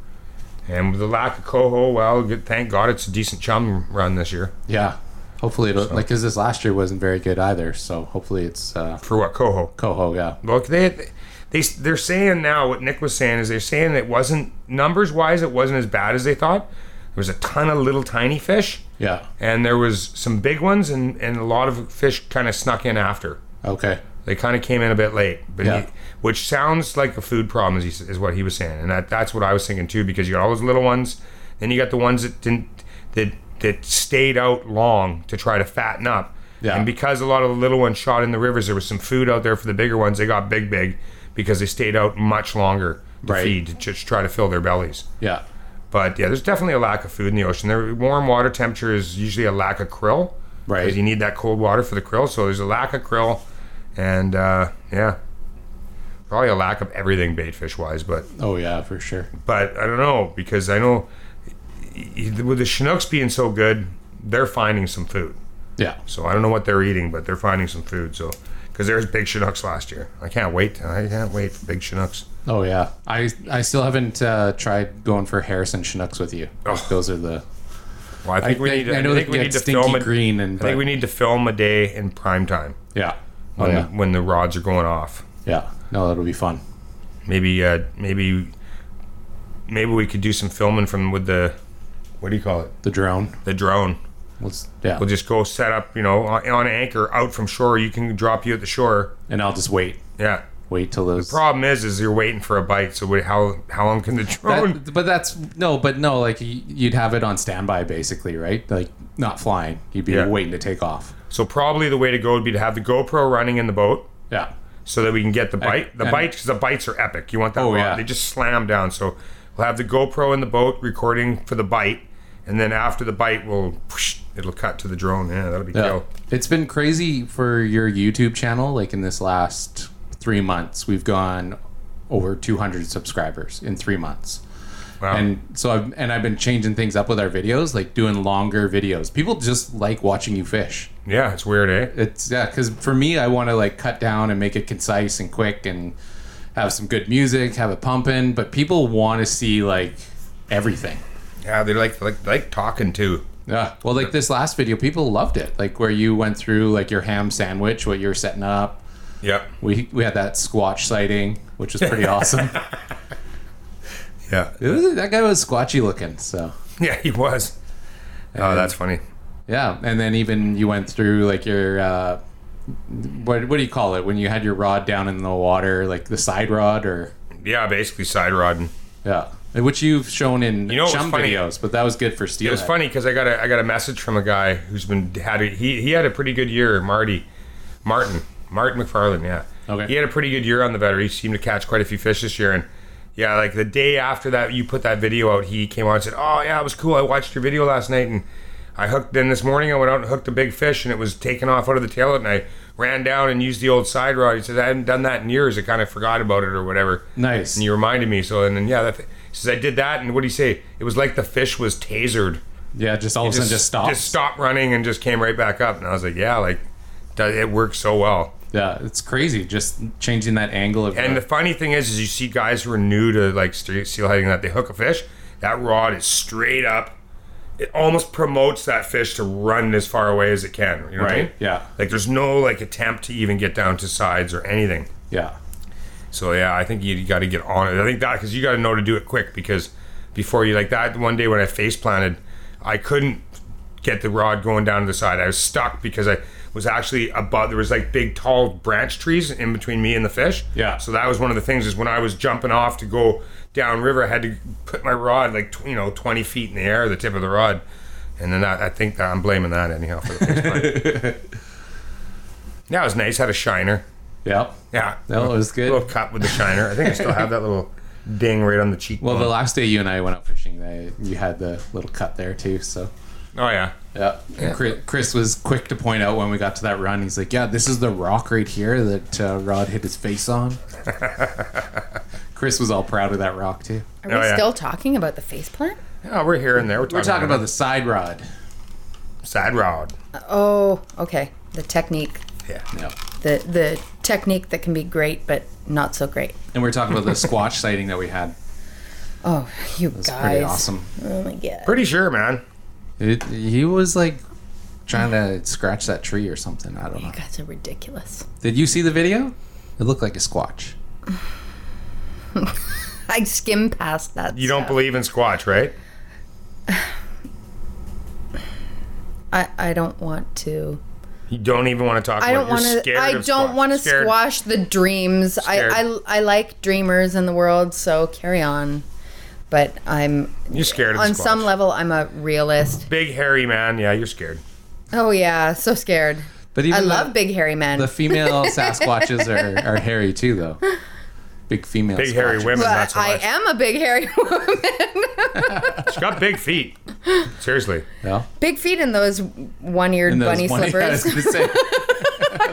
And with the lack of coho, well, good, thank God it's a decent chum run this year Yeah. Hopefully it'll like because this last year wasn't very good either. So hopefully it's uh for what coho. coho. Yeah. Look, they they they're saying now what Nick was saying is they're saying it wasn't numbers wise it wasn't as bad as they thought. There was a ton of little tiny fish. Yeah. and there was some big ones and, and a lot of fish kind of snuck in after Okay. they kind of came in a bit late but Yeah. he, which sounds like a food problem is, is what he was saying and that, that's what i was thinking too because you got all those little ones then you got the ones that didn't that that stayed out long to try to fatten up Yeah. and because a lot of the little ones shot in the rivers there was some food out there for the bigger ones they got big big because they stayed out much longer to Right. feed to just try to fill their bellies Yeah. But yeah, there's definitely a lack of food in the ocean. There, warm water temperature is usually a lack of krill. 'cause Right. You need that cold water for the krill. So there's a lack of krill, and uh, yeah, probably a lack of everything bait fish wise. But Oh yeah, for sure. but I don't know because I know y- y- with the Chinooks being so good, they're finding some food. Yeah. So I don't know what they're eating, but they're finding some food. So because there's big Chinooks last year, I can't wait. I can't wait for big Chinooks. Oh yeah. I I still haven't uh, tried going for Harrison Chinooks with you. Oh. Those are the. Well, I think we I- need. to- I I, know think they we get need to stinky film a, green and- I think but- we need to film a day in prime time Yeah. Oh, when yeah. the, when the rods are going off. Yeah. No, that'll be fun. Maybe uh, maybe maybe we could do some filming from with the what do you call it? The drone. The drone. Let's. Yeah. We'll just go set up, you know, on, on anchor out from shore. You can drop you at the shore. and I'll just wait. Yeah. Wait till those. Problem is, is you're waiting for a bite. So wait, how how long can the [LAUGHS] drone? That- but that's no, but no, like y- you'd have it on standby basically, right? Like not flying, you'd be Yeah. waiting to take off. so probably the way to go would be to have the GoPro running in the boat. Yeah, so that we can get the bite. The and- bites, because the bites are epic. You want that? Oh, raw. yeah. They just slam down. So we'll have the GoPro in the boat recording for the bite, and then after the bite, we'll whoosh, it'll cut to the drone. Yeah, that'll be yeah. cool. It's been crazy for your YouTube channel. Like in this last three months, we've gone over 200 subscribers in three months. Wow. And so I've and I've been changing things up with our videos, like doing longer videos. People just like watching you fish. yeah, it's weird, eh? it's yeah because for me i want to like cut down and make it concise and quick and have some good music have it pumping but people want to see like everything Yeah, they like like like talking too. yeah well like this last video people loved it like where you went through like your ham sandwich what you're setting up Yep. we we had that squatch sighting which was pretty awesome Yeah. It was- that guy was squatchy looking so [LAUGHS] Yeah, he was. Oh, that's funny. yeah and then even you went through like your uh what, what do you call it when you had your rod down in the water like the side rod or Yeah, basically side rodding. Yeah, which you've shown in know what's chum funny? videos, but that was good for Steelhead. It was funny because I got a I got a message from a guy who's been had a, he he had a pretty good year, Marty, Martin, Martin McFarland, yeah. Okay. He had a pretty good year on the vetter. He seemed to catch quite a few fish this year, and yeah, like the day after that you put that video out, he came on and said, "Oh yeah, it was cool. I watched your video last night, and I hooked." Then this morning I went out and hooked a big fish, and it was taken off out of the tail, and I ran down and used the old side rod. He says, "I hadn't done that in years. I kind of forgot about it or whatever." Nice. And you reminded me, so and then yeah, that th- he says I did that, and what do you say? It was like the fish was tasered Yeah, just all of a sudden just stops. just stopped running and just came right back up. And I was like, yeah, like does- it works so well. Yeah, it's crazy. Just changing that angle of. And the funny thing is, is you see guys who are new to like stre- seal heading that they hook a fish, that rod is straight up. It almost promotes that fish to run as far away as it can. You know What I mean? right? Yeah, Like there's no like attempt to even get down to sides or anything. yeah, So yeah, I think you got to get on it. I think that because you got to know to do it quick because before you like that one day when I face planted, I couldn't get the rod going down to the side. I was stuck because I was actually above. There was like big tall branch trees in between me and the fish. Yeah. So that was one of the things is when I was jumping off to go down river, I had to put my rod like tw- you know twenty feet in the air, the tip of the rod, and then I, I think that I'm blaming that anyhow for the face plant. [LAUGHS] yeah, it was nice. Had a shiner. yep. Yeah. No, it was Little good. cut with the shiner. I think I still have that little ding right on the cheekbone. Well, the last day you and I went out fishing, I, you had the little cut there too. So oh yeah, yeah, And Chris, Chris was quick to point out when we got to that run. He's like, "Yeah, this is the rock right here that uh, Rod hit his face [LAUGHS] on." Chris was all proud of that rock too. Are Oh, we yeah. still talking about the faceplant? yeah. We're here and there. We're talking, We're talking about the side rod. the side rod. Oh, okay. The technique, Yeah. No. the the technique that can be great but not so great. And we we're talking about the squash sighting that we had. Oh, you It's guys! pretty awesome. Oh my god! Pretty sure, man. It, he was like trying to scratch that tree or something. I don't know. You guys are ridiculous. Did you see the video? It looked like a squatch. I skim past that. You don't stuff. believe in squatch, right? I I don't want to. You don't even want to talk. I about don't want to. to. I don't want to squash the dreams. I, Scared. I I like dreamers in the world, so carry on. But I'm You're scared of on the squatch. some level, I'm a realist. Big hairy man. Yeah, you're scared. Oh yeah, so scared. But even I the- love big hairy men. The [LAUGHS] female Sasquatches are, are hairy [LAUGHS] too, though. Big female. Big hairy Sasquatches. women. but Not so I much. am a big hairy [LAUGHS] woman. She's got big [LAUGHS] feet. Seriously. No. Big feet in those one-eared And bunny those one- [LAUGHS] yeah, I was slippers. [LAUGHS] gonna say,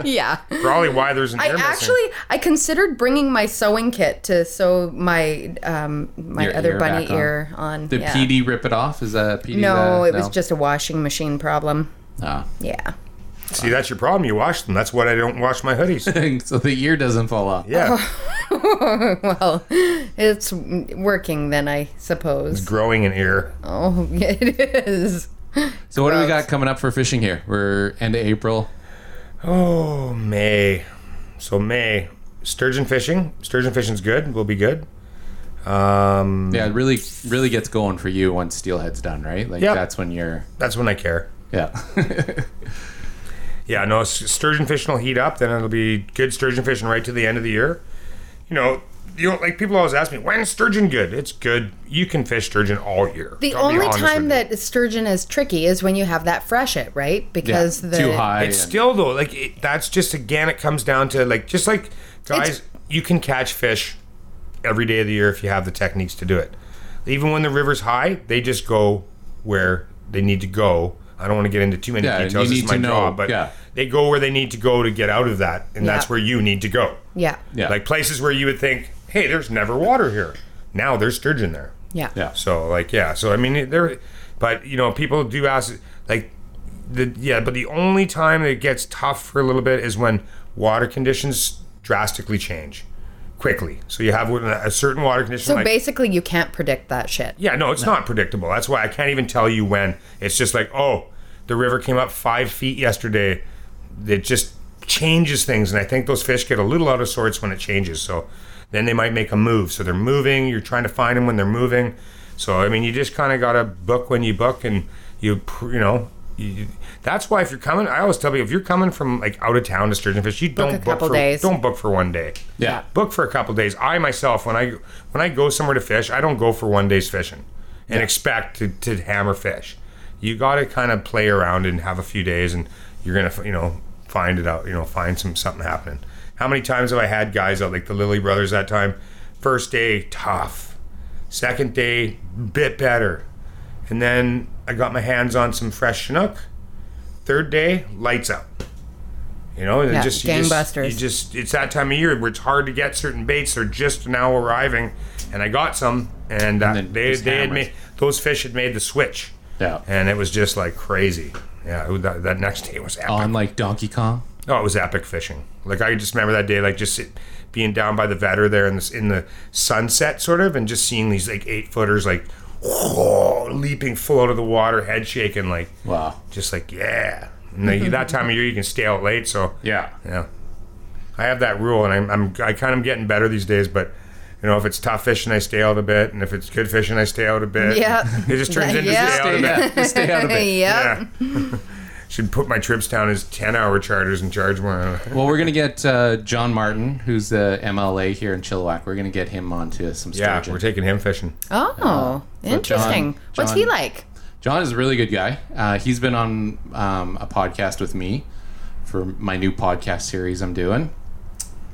yeah. Probably why there's an I ear missing. actually I considered bringing my sewing kit to sew my um my Your other ear bunny back on. ear on. Did yeah. PD rip it off? Is that PD? No, the- it was just a washing machine problem. Ah. [LAUGHS] Yeah. [LAUGHS] See, that's your problem. You wash them. That's what I don't wash my hoodies. so the ear doesn't fall off. Yeah. [LAUGHS] well, it's working then, I suppose. Growing an ear. Oh, [LAUGHS] it is. So what do we Gross. got coming up for fishing here? We're end of April. Oh, May. So, May. Sturgeon fishing. Sturgeon fishing's good. Will be good. Um, Yeah, it really, really gets going for you once steelhead's done, right? Like Yep. that's when you're. That's when I care. Yeah. [LAUGHS] Yeah, no, s- sturgeon fishing will heat up. Then it'll be good sturgeon fishing right to the end of the year. You know, you don't, like people always ask me, when's sturgeon good? It's good. You can fish sturgeon all year. The I'll be only honest with time you. that sturgeon is tricky is when you have that freshet, right? Because Yeah, the too high. It's and- still though, like it, that's just again, it comes down to like just like guys, It's- you can catch fish every day of the year if you have the techniques to do it. Even when the river's high, they just go where they need to go. I don't want to get into too many Yeah, details. It's you need my to know, job, but yeah. they go where they need to go to get out of that, and Yeah. that's where you need to go. yeah. Yeah. Like places where you would think, hey, there's never water here. Now there's sturgeon there. Yeah. Yeah. So like yeah, so I mean there, but you know people do ask like the yeah, but the only time it gets tough for a little bit is when water conditions drastically change quickly. So you have a certain water condition. So like, basically, you can't predict that [LAUGHS] shit. yeah, no, it's not predictable. That's why I can't even tell you when. It's just like oh, the river came up five feet yesterday. It just changes things, and I think those fish get a little out of sorts when it changes. So then they might make a move. So they're moving. You're trying to find them when they're moving. So I mean, you just kind of gotta book when you book, and you pr- you know. You, that's why if you're coming, I always tell you if you're coming from like out of town to sturgeon fish, you don't a book couple for days. don't book for one day Yeah. book for a couple days. I myself, when I when I go somewhere to fish, I don't go for one day's fishing and expect to, to hammer fish. You got to kind of play around and have a few days, and you're gonna f- you know find it out. You know, find some something happening. How many times have I had guys out like the Lilly brothers that time? First day tough, second day bit better, and then I got my hands on some fresh chinook. Third day, lights out. You know, and it Yeah, just you just- gangbusters. you just it's that time of year where it's hard to get certain baits. They're just now arriving, and I got some, and, uh, then they just they had hammers. made those fish had made the switch, Yeah. and it was just like crazy. Yeah, it was- that, that next day was epic. On like Donkey Kong. Oh, it was epic fishing. Like I just remember that day, like just sit, being down by the vetter there in the in the sunset, sort of, and just seeing these like eight footers like [LAUGHS] leaping full out of the water, head shaking, like Wow. just like yeah. And then that time of year, you can stay out late, so Yeah. yeah, I have that rule, and I'm, I'm I kind of getting better these days. But you know, if it's tough fishing, I stay out a bit, and if it's good fishing, I stay out a bit. Yeah. [LAUGHS] [LAUGHS] it just turns into Yeah. stay out a Stay, bit. [LAUGHS] yeah, just stay out of it. [LAUGHS] yeah. Yeah. [LAUGHS] Should put my trips down as ten-hour charters and charge more. Well, we're gonna get uh, John Martin, who's the MLA here in Chilliwack. We're gonna get him onto some Yeah, sturgeon. we're taking him fishing. Oh, interesting. John- What's he John- like? John is a really good guy. Uh, he's been on um, a podcast with me for my new podcast series I'm doing.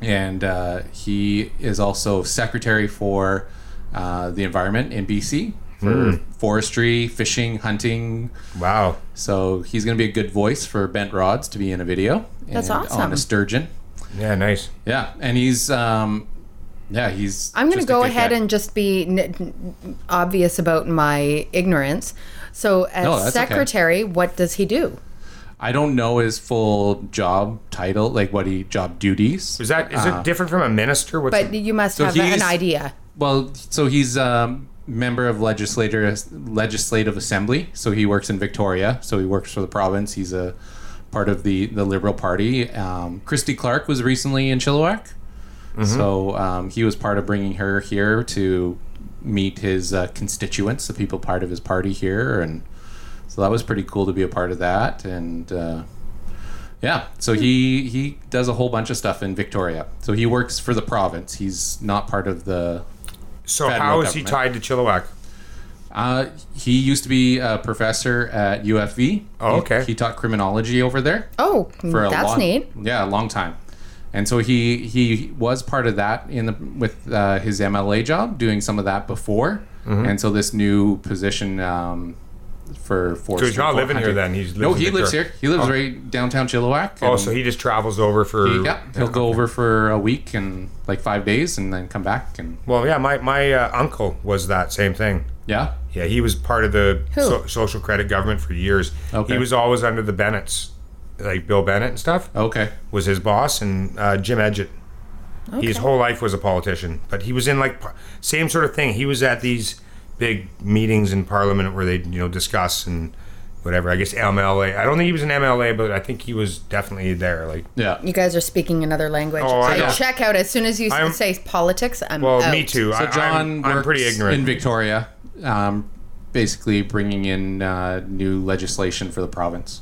And uh, he is also secretary for uh, the environment in BC for Hmm. forestry, fishing, hunting. Wow, So he's going to be a good voice for bent rods to be in a video. That's and On awesome. a sturgeon. yeah, nice. Yeah. And he's, um, yeah, he's. I'm going just to a go good ahead guy. and just be n- n- obvious about my ignorance. So, as No, that's okay. secretary, what does he do? I don't know his full job title, like what he job duties. Is that is Uh-huh. it different from a minister? What's But the- you must have he's- an idea. Well, so he's a member of legislator legislative assembly. So he works in Victoria. So he works for the province. He's a part of the the Liberal Party. Um, Christy Clark was recently in Chilliwack, so um, he was part of bringing her here to meet his uh, constituents, the people part of his party here, and so that was pretty cool to be a part of that. And uh, yeah, so he he does a whole bunch of stuff in Victoria. So he works for the province. He's not part of the so federal how is he tied government. to Chilliwack? Uh, he used to be a professor at UFV. Oh, okay. He, he taught criminology over there Oh, for a that's long, neat. Yeah, a long time. And so he he was part of that in the with uh, his MLA job, doing some of that before. Mm-hmm. And so this new position um, for for So he's not living here then? He's no, lives in he lives Victoria. here. He lives Oh. right downtown Chilliwack. Oh, and- so he just travels over for. yeah, he'll go over for a week and like five days, and then come back and Well, yeah, my my uh, uncle was that same thing. yeah. Yeah, he was part of the Who? so- social credit government for years. Okay. He was always under the Bennett's, like Bill Bennett and stuff, Okay. was his boss, and uh, Jim Edgett. His Okay. whole life was a politician, but he was in like par- same sort of thing. He was at these big meetings in Parliament where they you know discuss and whatever. I guess MLA. I don't think he was an MLA, but I think he was definitely there. Like Yeah. You guys are speaking another language. Oh, I I, know. check out as soon as you s- I'm- say politics. I'm well, me out. too. So I, John, I'm, I'm works pretty ignorant. in Victoria, um, basically bringing in uh, new legislation for the province.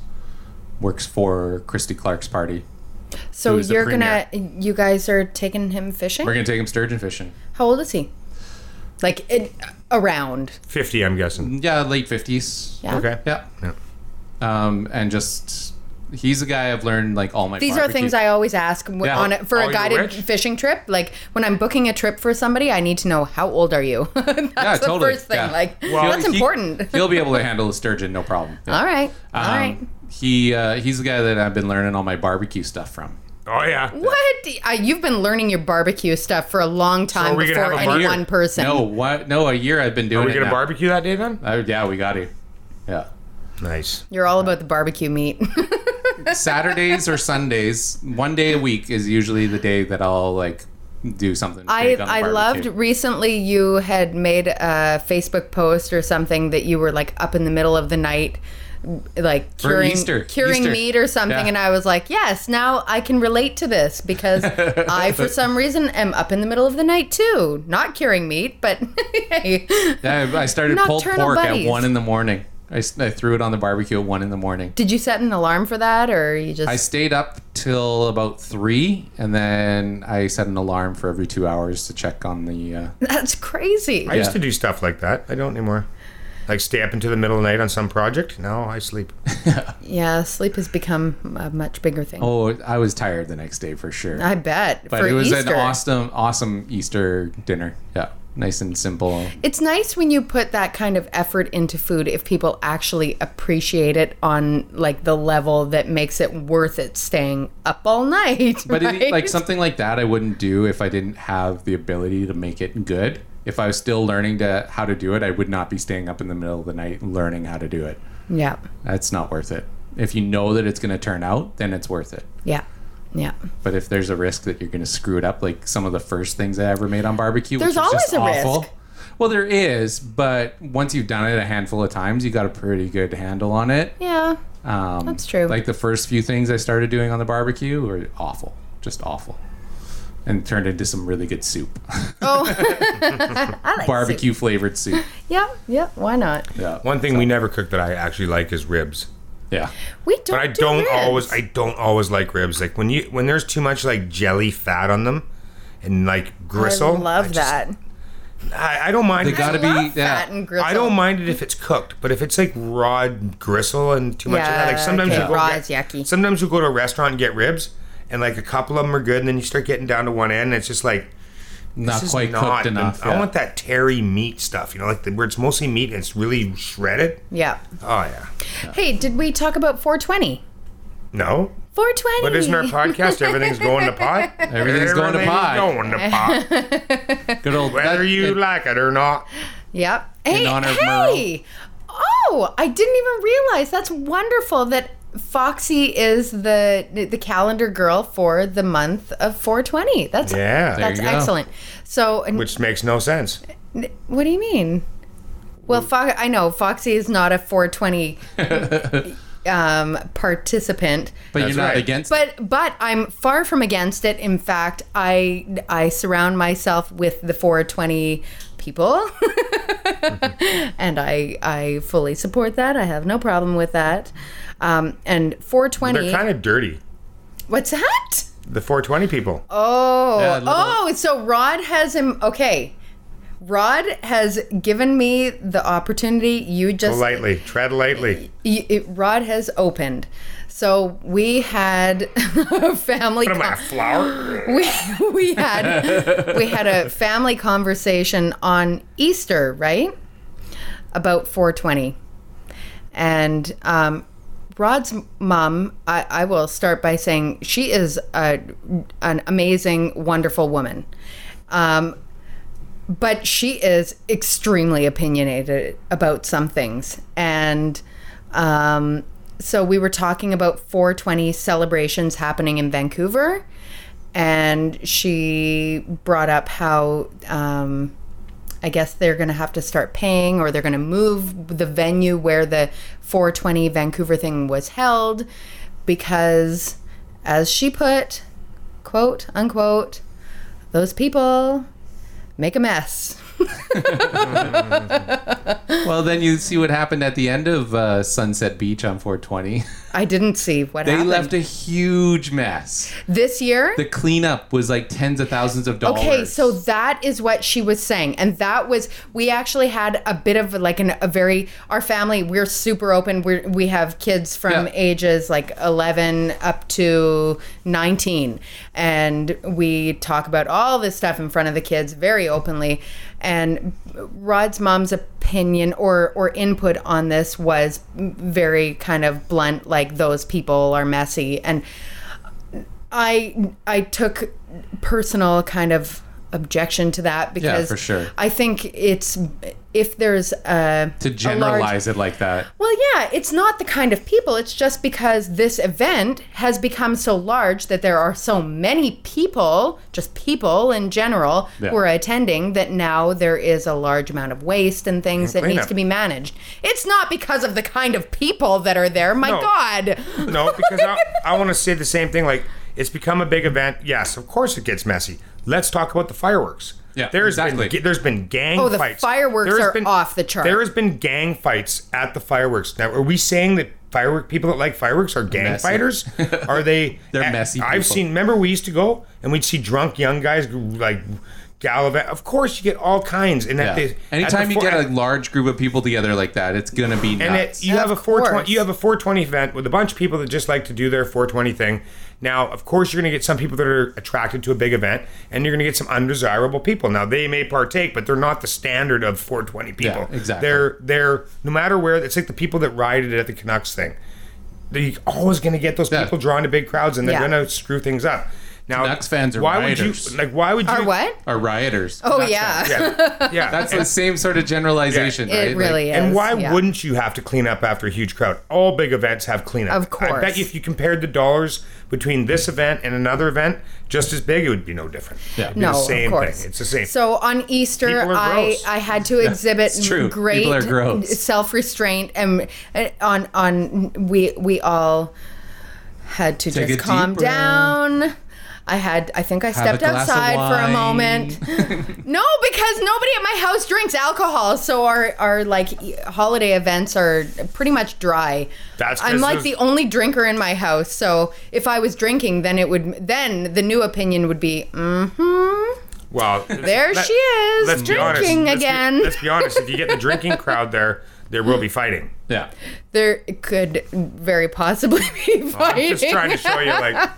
Works for Christy Clark's party. So who is the you're gonna, you guys are taking him fishing. We're gonna take him sturgeon fishing. How old is he? Like it, around? Fifty, I'm guessing. Yeah, late fifties. Yeah. Okay. Yeah. Yeah. Um, and just he's a guy I've learned like all my. These are things I always ask w- Yeah. on a, for Are a you guided rich? fishing trip. Like when I'm booking a trip for somebody, I need to know how old are you. [LAUGHS] That's Yeah, the totally. first thing. Yeah. Like Well, that's he- important. [LAUGHS] [LAUGHS] He'll be able to handle a sturgeon, no problem. Yeah. all right, all Um, right. He uh, he's the guy that I've been learning all my barbecue stuff from. Oh yeah. What do- uh, you've been learning your barbecue stuff for a long time are we gonna before have a any barbecue? one person. No, what? No, a year I've been doing. Are we it gonna now. barbecue that day then? Oh, yeah, we got to. [LAUGHS] Yeah. Nice. You're all about the barbecue meat. [LAUGHS] Saturdays or Sundays, one day a week is usually the day that I'll like do something. I big on the I loved barbecue. recently you had made a Facebook post or something that you were like up in the middle of the night like For curing Easter, curing Easter. meat or something Yeah. and I was like, "Yes, now I can relate to this [LAUGHS] because I for some reason am up in the middle of the night too, not curing meat, but [LAUGHS] hey. Yeah, I started pulled Nocturnal pork buddies. at one in the morning. I, s- I threw it on the barbecue at one in the morning. Did you set an alarm for that or you [LAUGHS] just I stayed up till about three, and then I set an alarm for every two hours to check on [LAUGHS] the. Uh, That's crazy. I used Yeah. to do stuff like that. I don't anymore. Like stay up into the middle of the night on some project. No, I sleep. yeah, sleep has become a much bigger thing. oh, I was tired the next day for sure. I bet. but for it was Easter. an awesome, awesome Easter dinner. Yeah, nice and simple. It's nice when you put that kind of effort into food if people actually appreciate it on like the level that makes it worth it staying up all [LAUGHS] night. But it, right? like something like that, I wouldn't do if I didn't have the ability to make it good. If I was still learning to how to do it, I would not be staying up in the middle of the night learning how to do it. Yeah. That's not worth it. If you know that it's going to turn out, then it's worth it. Yeah. Yeah. But if there's a risk that you're going to screw it up, like some of the first things I ever made on barbecue, There's which was just always a awful. risk. Well, there is, but once you've done it a handful of times, you got a pretty good handle on it. Yeah. Um, That's true. Like the first few things I started doing on the barbecue were awful, just awful, and turned into some really good soup, [LAUGHS] [LAUGHS] Oh. barbecue flavored soup. yeah. Yeah. Why not? Yeah, One thing we never cook that I actually like is ribs. yeah. We don't. But I do don't ribs. always I don't always like ribs. Like when you when there's too much like jelly fat on them and like gristle. I love just- that. I, I don't mind They it. gotta be Love fat yeah. and gristle. I don't mind it if it's cooked, but if it's like raw gristle and too much of that, like Yeah, sometimes okay. you go Raw get- is yucky. Sometimes you go to a restaurant and get ribs, and like a couple of them are good, and then you start getting down to one end, and it's just like Not this is quite not cooked the- enough. I yeah. want that terry meat stuff, you know, like the, where it's mostly meat and it's really shredded. Yeah. Oh yeah, Hey, did we talk about 420? no. 420. But isn't our podcast everything's going to pot? [LAUGHS] Everything's going to pot. Going to [LAUGHS] pot. good old. Whether that- you it- like it or not. Yep. Hey, honor of hey. Oh, I didn't even realize. That's wonderful that Foxy is the the calendar girl for the month of 420. That's Yeah. That's There you go. excellent. So, and Which makes no sense. what do you mean? Well, Fo- I know Foxy is not a [LAUGHS] 420 um, participant. but you're That's not right. against. But but I'm far from against it. In fact, I I surround myself with the 420 people, [LAUGHS] and I I fully support that. I have no problem with that. Um, and 420. They're kind of dirty. what's that? The 420 people. Oh Yeah, little- oh, so Rod has him. Okay, Rod has given me the opportunity. You just Lightly. Tread lightly. y- it, Rod has opened. So we had [LAUGHS] a family. Put 'em on a con- flower. we we had we had a family conversation on Easter, right? About 420, and um, Rod's mom. I, I will start by saying she is a, an amazing, wonderful woman. Um, but she is extremely opinionated about some things and um, so we were talking about 420 celebrations happening in vancouver and she brought up how um, i guess they're going to have to start paying or they're going to move the venue where the 420 vancouver thing was held because as she put quote unquote those people make a mess. Well, then you see what happened at the end of uh, Sunset Beach on 420. I didn't see what They happened left a huge mess. this year. The cleanup was like tens of thousands of dollars. Okay, so that is what she was saying. And that was, we actually had a bit of like an, a very, our family, we're super open. We're, we have kids from Yeah. ages like 11 up to 19. And we talk about all this stuff in front of the kids very openly. And Rod's mom's opinion or, or input on this was very kind of blunt, like those people are messy. And I I took personal kind of objection to that because for sure. I think it's if there's a to generalize it like that. well, yeah, it's not the kind of people. It's just because this event has become so large that there are so many people, just people in general, Yeah. who are attending that now there is a large amount of waste and things that needs cleanup. to be managed. It's not because of the kind of people that are there. My No. God. No, because [LAUGHS] I, I want to say the same thing. Like, it's become a big event. Yes, of course it gets messy. Let's talk about the fireworks. Yeah, there's exactly. Been, there's been gang Oh, the fights. fireworks There has are off the chart. There has been gang fights at the fireworks. Now, are we saying that firework people that like fireworks are gang Messy. [LAUGHS] fighters? Are they? They're messy I've people. seen. Remember, we used to go and we'd see drunk young guys like gallivant. Of course, you get all kinds. And Yeah. that they, Anytime you get a a large group of people together like that, it's gonna be and nuts. it, e- you have a Of 420 course. you have a 420 event with a bunch of people that just like to do their 420 thing now of course you're going to get some people that are attracted to a big event and you're going to get some undesirable people now they may partake but they're not the standard of 420 people Yeah, exactly. they're they're no matter where it's like the people that rioted at the canucks thing they're always going to get those Yeah. people drawn to big crowds and they're Yeah. going to screw things up now Canucks fans are why would rioters. you like why would you Or what? Are rioters. Oh, That's yeah. that. yeah, yeah. [LAUGHS] That's the same sort of generalization, It right? Like, really is. And why yeah. wouldn't you have to clean up after a huge crowd? All big events have cleanup. Of course. I bet you if you compared the dollars between this event and another event just as big, it would be no different. Yeah. It'd be No, the same of course. thing. It's the same. So on Easter, People are I, gross. I had to exhibit it's true. great People are gross. self restraint, and uh, on on we we all had to Take a just calm deep breath. down. I had I think I Have a stepped glass of outside for a wine. [LAUGHS] moment. No, because nobody at my house drinks alcohol, so our our like e- holiday events are pretty much dry. That's 'cause I'm like there's- the only drinker in my house, so if I was drinking, then it would then the new opinion would be, mm-hmm. well, There she is, drinking let's be- again. Let's be, honest. If you get the drinking crowd there, there will be [LAUGHS] fighting. yeah. There could very possibly be Oh, I'm fighting, just trying to show you, like,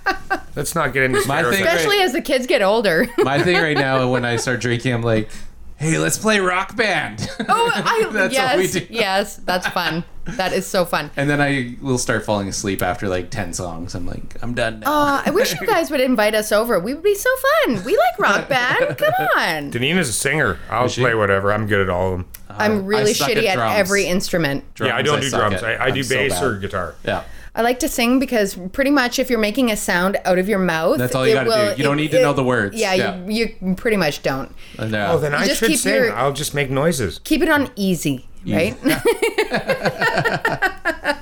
let's not get into My thing- stereotypes. especially as the kids get older. [LAUGHS] My thing right now when I start drinking, I'm like, hey, let's play rock band. oh, [LAUGHS] I, [LAUGHS] That's yes, what we do. yes, that's fun. That is so fun. And then I will start falling asleep after like ten songs. I'm like, I'm done now. Uh, I wish you guys would invite us over. We would be so fun. We like rock [LAUGHS] band. Come on. Danina's a singer. I'll she? play whatever. I'm good at all of them. I'm really suck shitty at at, drums. every instrument. yeah, I don't do suck drums. at- I, I Oh, I'm do so bass bad. or guitar. Yeah. I like to sing because pretty much if you're making a sound out of your mouth, That's all you it gotta will- do. You don't need to know the words. Yeah, Yeah. You, you pretty much don't. And, uh, Oh, then I just should keep sing. your- I'll just make noises. Keep it on easy, right? [LAUGHS]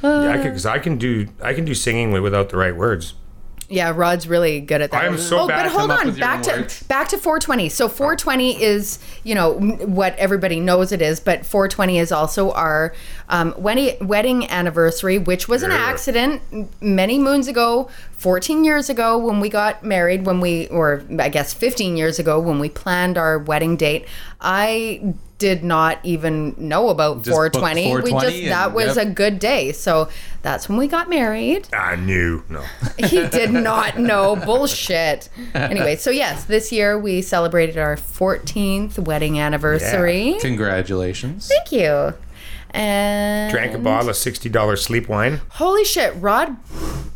Yeah, I could because I can do I can do singing wi- without the right words. Yeah, Rod's really good at that. I am so oh, bad but at hold coming up on, with your back own to words. back to 420. So 420 is you know m- what everybody knows it is, but 420 is also our um, wedi- wedding anniversary, which was an Yeah. accident m- many moons ago, 14 years ago when we got married, when we or I guess 15 years ago when we planned our wedding date. I did not even know about Just booked 420. we 420 just that and- was yep. a good day. So that's when we got married. I knew. No. He did not know bullshit. Anyway, so yes, this year we celebrated our 14th wedding anniversary. Congratulations. Thank you. And Drank a bottle of sixty dollars sleep wine. Holy shit, Rod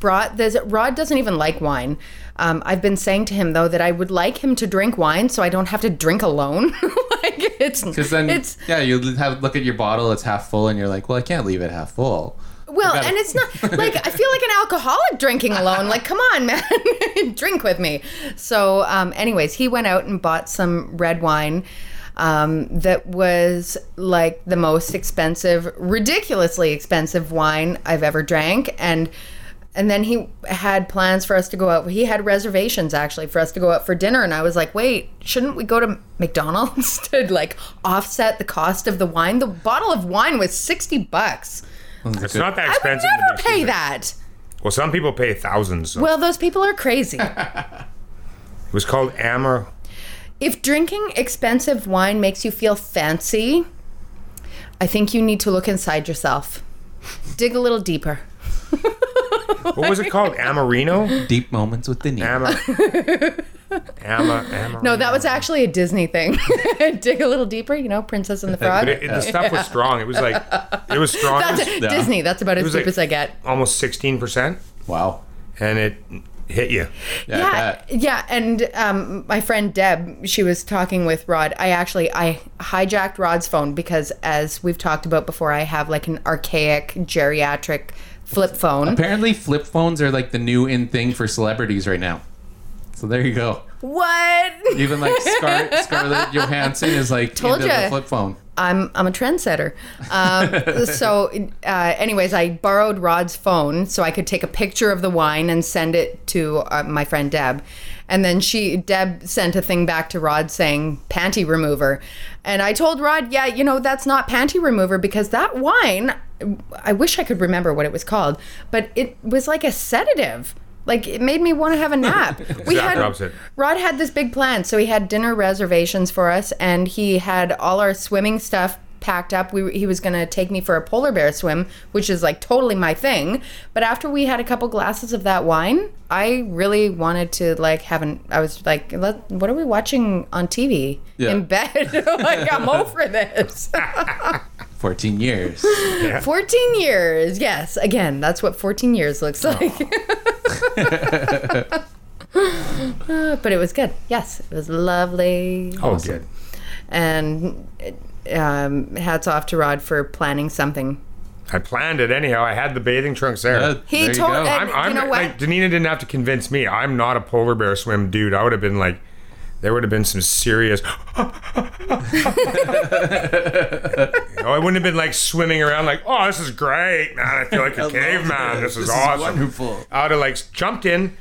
brought this. Rod doesn't even like wine. Um, I've been saying to him though that I would like him to drink wine so I don't have to drink alone. [LAUGHS] like it's Because then, it's yeah, you have look at your bottle; it's half full, and you're like, "Well, I can't leave it half full." well, gotta- and it's not like I feel like an alcoholic drinking alone. Like, come on, man, [LAUGHS] drink with me. So, um, anyways, he went out and bought some red wine. Um, that was like the most expensive, ridiculously expensive wine I've ever drank, and and then he had plans for us to go out. He had reservations actually for us to go out for dinner, and I was like, "Wait, shouldn't we go to McDonald's [LAUGHS] to like offset the cost of the wine? The bottle of wine was sixty bucks." It's not that I would expensive. to never be pay stupid. that. Well, some people pay thousands. So. Well, those people are crazy. it was called Amar. if drinking expensive wine makes you feel fancy, I think you need to look inside yourself. Dig a little deeper. What was it called? Amarino. Deep moments with the knee. Amar. Amar. Amar. No, that was actually a Disney thing. [LAUGHS] Dig a little deeper, you know, Princess and the Frog. But it, it- the stuff was strong. It was like it was strong. It that's was it. Disney. That's about as was deep like- as I get. almost sixteen percent, Wow. and it hit you. Yeah. I yeah, bet. yeah, and um, my friend Deb, she was talking with Rod. I actually I hijacked Rod's phone because, as we've talked about before, I have like an archaic geriatric flip phone. Apparently, flip phones are like the new in thing for celebrities right now. So there you go. What? Even like [LAUGHS] Scar- Scarlett Johansson is like Told into ya. the flip phone. I'm I'm a trendsetter. Um, so, uh, anyways, I borrowed Rod's phone so I could take a picture of the wine and send it to uh, my friend Deb, and then she Deb sent a thing back to Rod saying panty remover, and I told Rod, yeah, you know that's not panty remover because that wine, I wish I could remember what it was called, but it was like a sedative. Like it made me want to have a nap. we Exact had opposite. Rod had this big plan, so he had dinner reservations for us, and he had all our swimming stuff packed up. We, he was going to take me for a polar bear swim, which is like totally my thing. But after we had a couple glasses of that wine, I really wanted to like have an. I was like, Let, "What are we watching on TV Yeah. in bed?" [LAUGHS] like I'm over this. 14 years. Fourteen years, yes. Again, that's what fourteen years Oh. looks like. [LAUGHS] Uh, but it was good. Yes, it was lovely. Oh, good. and um, hats off to Rod for planning something. I planned it anyhow. I had the bathing trunks there. Uh, He there you told- go. uh, I'm, you I'm know what? like Danina didn't have to convince me. I'm not a polar bear swim dude. I would have been like, there would have been some serious. [LAUGHS] you know, I wouldn't have been like swimming around like, oh, this is great, man. I feel like a caveman. This is awesome. wonderful. I would have like jumped in.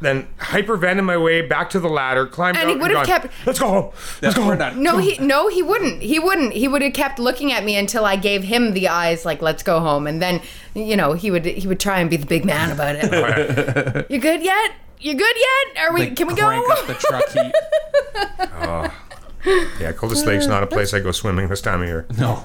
Then hypervented my way back to the ladder, climbed And out, he would have gone, kept- Let's go home. Let's go home. No, he no, he wouldn't. He wouldn't. He would have kept looking at me until I gave him the eyes, like "Let's go home." And then, you know, he would he would try and be the big man about [LAUGHS] [LAUGHS] it. you good yet? You good yet? Are we? Like, can we crank go? [LAUGHS] up the truck heat. [LAUGHS] Yeah, Coldest Lake's not a place I go swimming this time of [LAUGHS] year. No.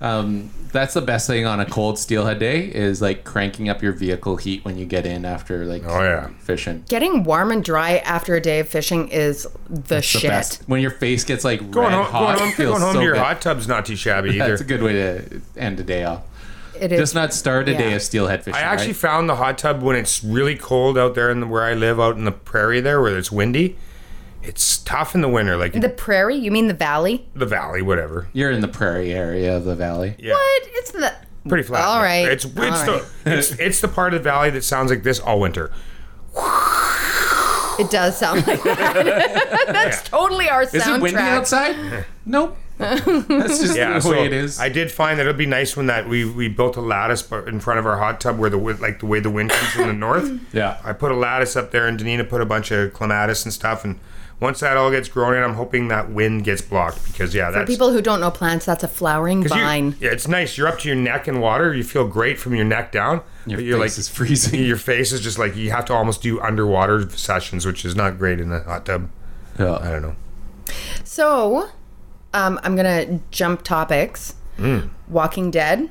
Um, that's the best thing on a cold steelhead day is like cranking up your vehicle heat when you get in after like Oh, yeah. fishing. Getting warm and dry after a day of fishing is the The shit. best. When your face gets like Going red home, going hot, it home, feels going home so to your good. hot tub's not too shabby either. That's a good way to end a day off. It is. Just not start a day yeah. of steelhead fishing. I actually right? found the hot tub when it's really cold out there in the, where I live, out in the prairie there, where it's windy. It's tough in the winter, like the the, prairie? You mean the valley? valley, whatever. You're in the prairie area of the valley. Yeah, What? It's the pretty flat. All right. It's it's All the it's, it's the part of the valley that sounds like this all winter. It does sound like that. [LAUGHS] [LAUGHS] That's totally our soundtrack. Is it windy outside? [LAUGHS] [LAUGHS] nope. That's just Yeah, the so way it is. I did find that it'd be nice when that we we built a lattice bu- in front of our hot tub where the wi- like the way the wind comes from the north. Yeah. I put a lattice up there, and Danina put a bunch of clematis and stuff. And once that all gets grown in, I'm hoping that wind gets blocked because yeah, that's People who don't know plants, that's a flowering 'Cause you- vine. yeah, it's nice. You're up to your neck in water. You feel great from your neck down. Your but face you're is like freezing. your face is just like you have to almost do underwater sessions, which is not great in a hot tub. I Yeah. don't know. So, Um, I'm gonna jump topics. Mm. Walking Dead.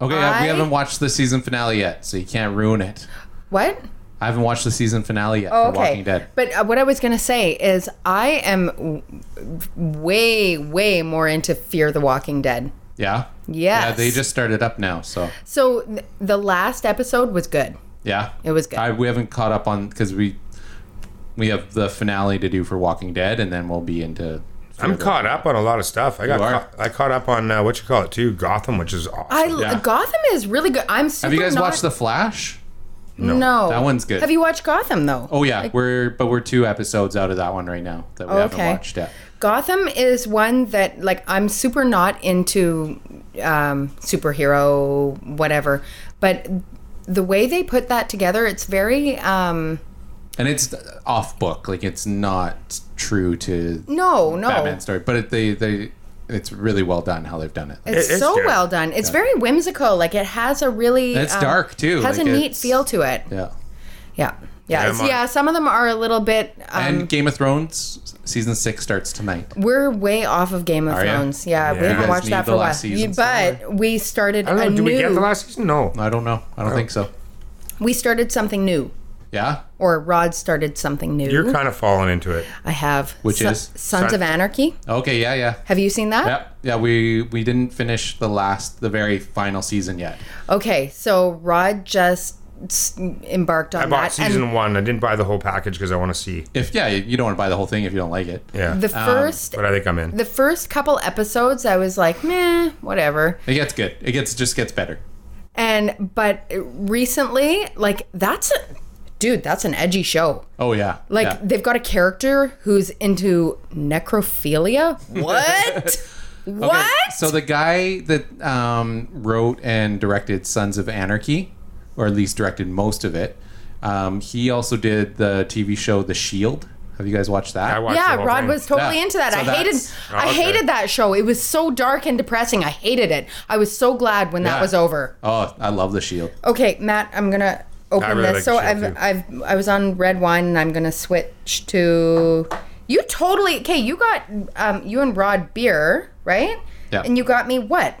Okay, I- I- uh, we haven't watched the season finale yet, so you can't ruin it. What? I haven't watched the season finale yet Oh, for okay. Walking Dead. But uh, what I was gonna say is, I am w- way, way more into Fear the Walking Dead. Yeah. Yeah, Yes. they just started up now, so So th- the last episode was good. yeah. It was good. I, we haven't caught up on because we we have the finale to do for Walking Dead, and then we'll be into. I'm caught up on a lot of stuff. I got You are? caught, I caught up on uh, what you call it too, Gotham, which is awesome. I Yeah. Gotham is really good. I'm super. Have you guys not- watched The Flash? No. That one's good. Have you watched Gotham though? Oh yeah, we're but we're two episodes out of that one right now that we Oh, Okay. haven't watched yet. Gotham is one that like I'm super not into um, superhero whatever, but the way they put that together, it's very um, And it's off book, like it's not true to no no. Batman story, but it, they they it's really well done how they've done it. It's, It- it's so good. well done. It's very whimsical. Like it has a really um, And it's dark, too. Has Like, a neat it's- feel to it. yeah. Yeah. Yeah, it's- I'm on- yeah, some of them are a little bit. Um, and Game of Thrones season six starts tonight. we're way off of Game of Are ya? Thrones. Yeah, we Yeah. You haven't guys watched need that the for a while. last season but somewhere. we started I don't know. a Do new. we get the last season? No. I don't know. I don't think so. we started something new, Yeah. or Rod started something new. You're kind of falling into it. I have. Which Son- is? Sons Son- of Anarchy. Okay. Yeah. Yeah. Have you seen that? Yep. Yeah. We we didn't finish the last, the very final season yet. Okay, so Rod just s- embarked on I bought that. season and one. I didn't buy the whole package because I want to see. If yeah, you don't want to buy the whole thing if you don't like it. Yeah. the Um, first but I think I'm in. the first couple episodes I was like, "Meh, whatever." It gets good. It gets just gets better. And but recently, like that's a dude, that's an edgy show. Oh yeah. Like Yeah. they've got a character who's into [LAUGHS] necrophilia. What? Okay, what? So the guy that um, wrote and directed Sons of Anarchy, or at least directed most of it, um, he also did the TV show The Shield. Have you guys watched that? I watched the yeah, whole Rod thing. was totally Yeah, into that. so I hated that's- I Oh, okay. hated that show. It was so dark and depressing. I hated it. I was so glad when that Yeah. was over. Oh, I love The Shield. Okay, Matt, I'm going to open I really this. like so the show, I've too. I've I was on red wine and I'm going to switch to You totally Okay, you got um you and Rod beer, right? Yeah. And you got me what?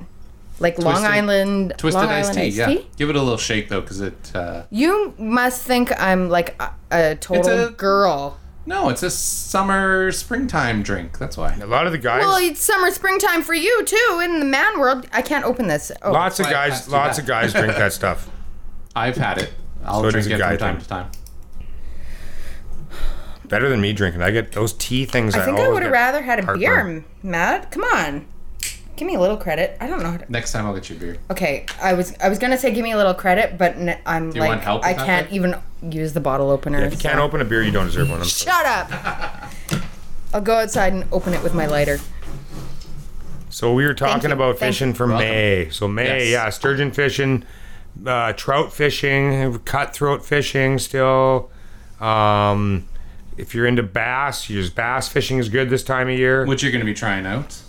Like Long Twisted- Island Twisted Long iced Island tea. yeah. Give it a little shake though, because it. Uh, You must think I'm like a, a total a- girl. no, it's a summer springtime drink. That's why. A lot of the guys. Well, it's summer, springtime for you too in the man world. I can't open this. Oh. lots of That's why I guys. passed you Lots that. of guys drink [LAUGHS] that stuff. I've had it. I'll So it drink is a it guy from time thing. to time. Better than me drinking. I get those tea things. I think I always would have get rather had a beer, heartburn. M- Matt. Come on. Give me a little credit. I don't know. How to... Next time I'll get you a beer. Okay, I was I was gonna say give me a little credit, but n- I'm you like want help with I that, can't Beck? even use the bottle opener. If you can't so- open a beer, you don't deserve one. I'm sorry. Shut up. [LAUGHS] I'll go outside and open it with my lighter. So we were you. talking about Thank fishing for welcome. May. So May, Yes. yeah, sturgeon fishing, uh, trout fishing, cutthroat fishing. Still, um, if you're into bass, your bass fishing is good this time of year. What you're going to be trying out?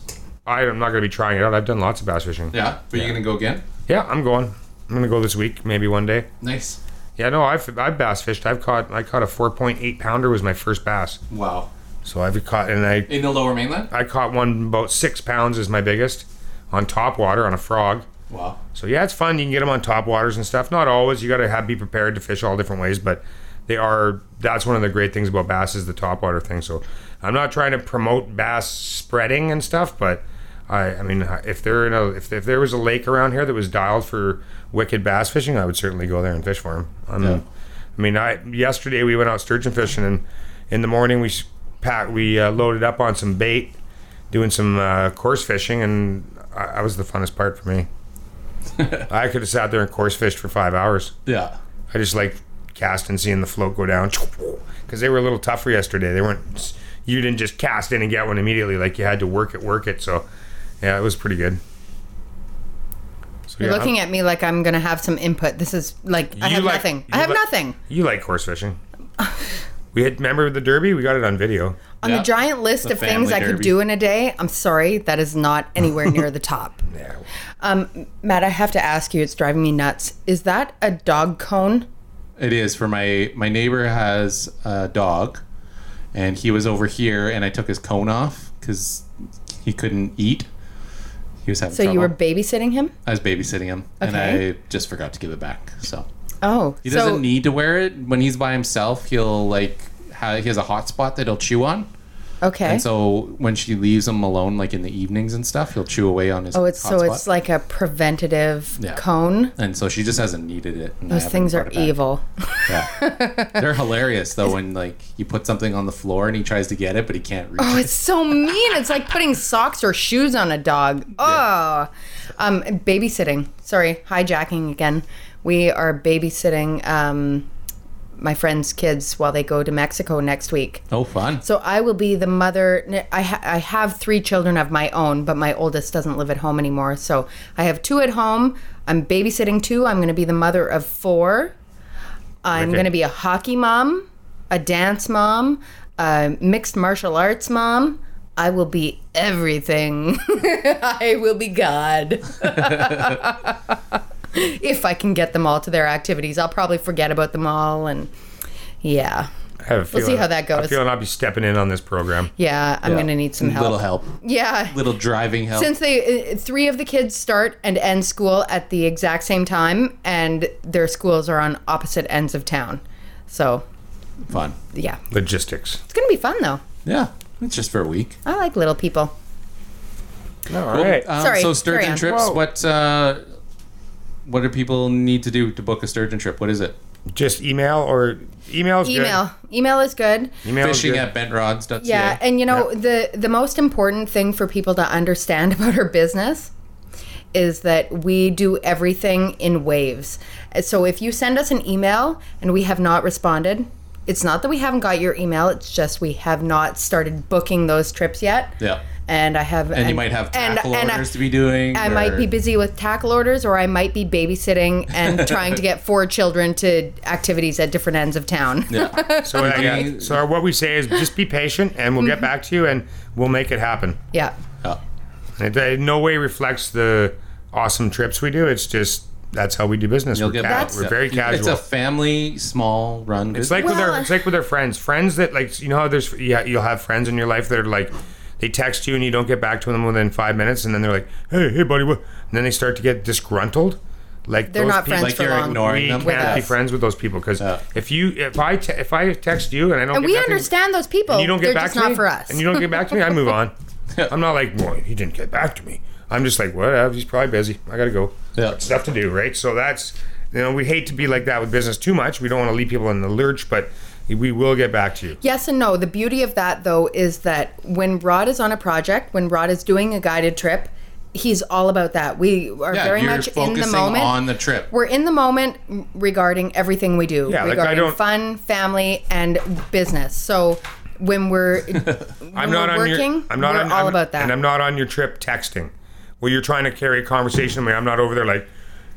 I, am not going to be trying it out. I've done lots of bass fishing. Yeah. Yeah. But you're going to go again? I'm going. I'm going to go this week, maybe one day. Nice. Yeah, no, I've I've bass fished. I've caught I caught a 4.8 pounder was my first bass. Wow. So I've caught and I In the Lower Mainland? I caught one about six pounds is my biggest on top water on a frog. Wow. So yeah, it's fun. You can get them on top waters and stuff. Not always. You got to have be prepared to fish all different ways, but they are. That's one of the great things about bass is the top water thing. So I'm not trying to promote bass spreading and stuff, but I, I mean, if there in a, if, if there was a lake around here that was dialed for wicked bass fishing, I would certainly go there and fish for them. I'm, Yeah. I mean, I yesterday we went out sturgeon fishing, and in the morning we s- packed, we uh, loaded up on some bait, doing some uh, course fishing, and I, that was the funnest part for me. I could have sat there and course fished for five hours. Yeah. I just like cast and seeing the float go down [LAUGHS] because they were a little tougher yesterday. They weren't. You didn't just cast in and get one immediately. Like you had to work it, work it. So, yeah, it was pretty good. So, You're yeah, looking at me like I'm gonna have some input. This is like I You have like- nothing. you I have like- nothing. you like course [LAUGHS] fishing. we had remember the derby. We got it on video. On Yeah. the giant list The of things family I could derby. do in a day, I'm sorry, that is not anywhere [LAUGHS] near the top. Yeah. Um, Matt, I have to ask you, it's driving me nuts. Is that a dog cone? It is for my my neighbor has a dog, and he was over here, and I took his cone off because he couldn't eat. He was having So trouble. you were babysitting him? I was babysitting him, and Okay. I just forgot to give it back. So Oh, he so doesn't need to wear it when he's by himself. He'll like ha he has a hot spot that he'll chew on, okay. and so when she leaves him alone, like in the evenings and stuff, he'll chew away on his. oh, it's hot so spot. it's like a preventative Yeah. cone. And so she just hasn't needed it. and I Those haven't things brought are it back. [LAUGHS] evil. Yeah. They're hilarious though when like you put something on the floor and he tries to get it but he can't reach Oh, it. it's so mean. It's like putting socks or shoes on a dog. Oh, um, babysitting. Sorry, hijacking again. We are babysitting um, my friend's kids while they go to Mexico next week. Oh fun. So I will be the mother. n- I, ha- I have three children of my own, but my oldest doesn't live at home anymore. So I have two at home. I'm babysitting two. I'm going to be the mother of four. I'm Wicked. going to be a hockey mom, a dance mom, a mixed martial arts mom. I will be everything. [LAUGHS] I will be God. [LAUGHS] if I can get them all to their activities, I'll probably forget about them all. And yeah. I have a We'll see feeling- how that I goes. feel I'll be stepping in on this program. Yeah, I'm Yeah. gonna need some help. Little help. Yeah. Little driving help. Since they uh, three of the kids start and end school at the exact same time, and their schools are on opposite ends of town, so fun. yeah, Logistics. it's gonna be fun though. Yeah. It's just for a week. I like little people. All right. Um, Sorry, so carry sturgeon on. trips, Whoa. what uh what do people need to do to book a sturgeon trip? What is it? Just email or emails. Email, email is good. Email is Fishing good. at bentrods.ca. Yeah, and you know the the most important thing for people to understand [LAUGHS] about our business is that we do everything in waves. So if you send us an email and we have not responded, it's not that we haven't got your email, it's just we have not started booking those trips yet. Yeah. And I have And, you might have tackle and I- orders to be doing. I might or- be busy with tackle orders, or I might be babysitting and trying to [LAUGHS] get four children to activities at different ends of town. Yeah. So, uh, yeah. Okay. so what we say is just be patient, and Mm-hmm. we'll get back to you, and we'll make it happen. [LAUGHS] yeah. Oh. It, it no way reflects the awesome trips we do. It's just that's how we do business. You'll We're, get ca- back. we're very casual. It's a family small run. It's like with Well, our, it's like with our friends. Friends that like you know how there's yeah you'll have friends in your life that are like they text you and you don't get back to them within five minutes and then they're like hey hey buddy what and then they start to get disgruntled. Like They're those not people, friends like for you're long. ignoring we them. can't be us. friends with those people because Yeah. if you if I te- if I text you and I don't And get we nothing- understand those people. and you don't get They're back just to not me, for us. and you don't get back to me I move on. [LAUGHS] Yeah. I'm not like boy he didn't get back to me. I'm just like whatever he's probably busy I gotta go Yeah. stuff to do, right? So that's you know we hate to be like that with business too much. We don't want to leave people in the lurch, but we will get back to you. Yes and no. The beauty of that, though, is that when Rod is on a project, when Rod is doing a guided trip, he's all about that. We are Yeah, very you're much in the focusing moment. on the trip. We're in the moment regarding everything we do, Yeah, like, I regarding don't- fun, family, and business. So when [LAUGHS] we're I'm not when we're on your. working, I'm not we're on, all I'm- about that. and I'm not on your trip texting. Well, you're trying to carry a conversation with me. I'm not over there like,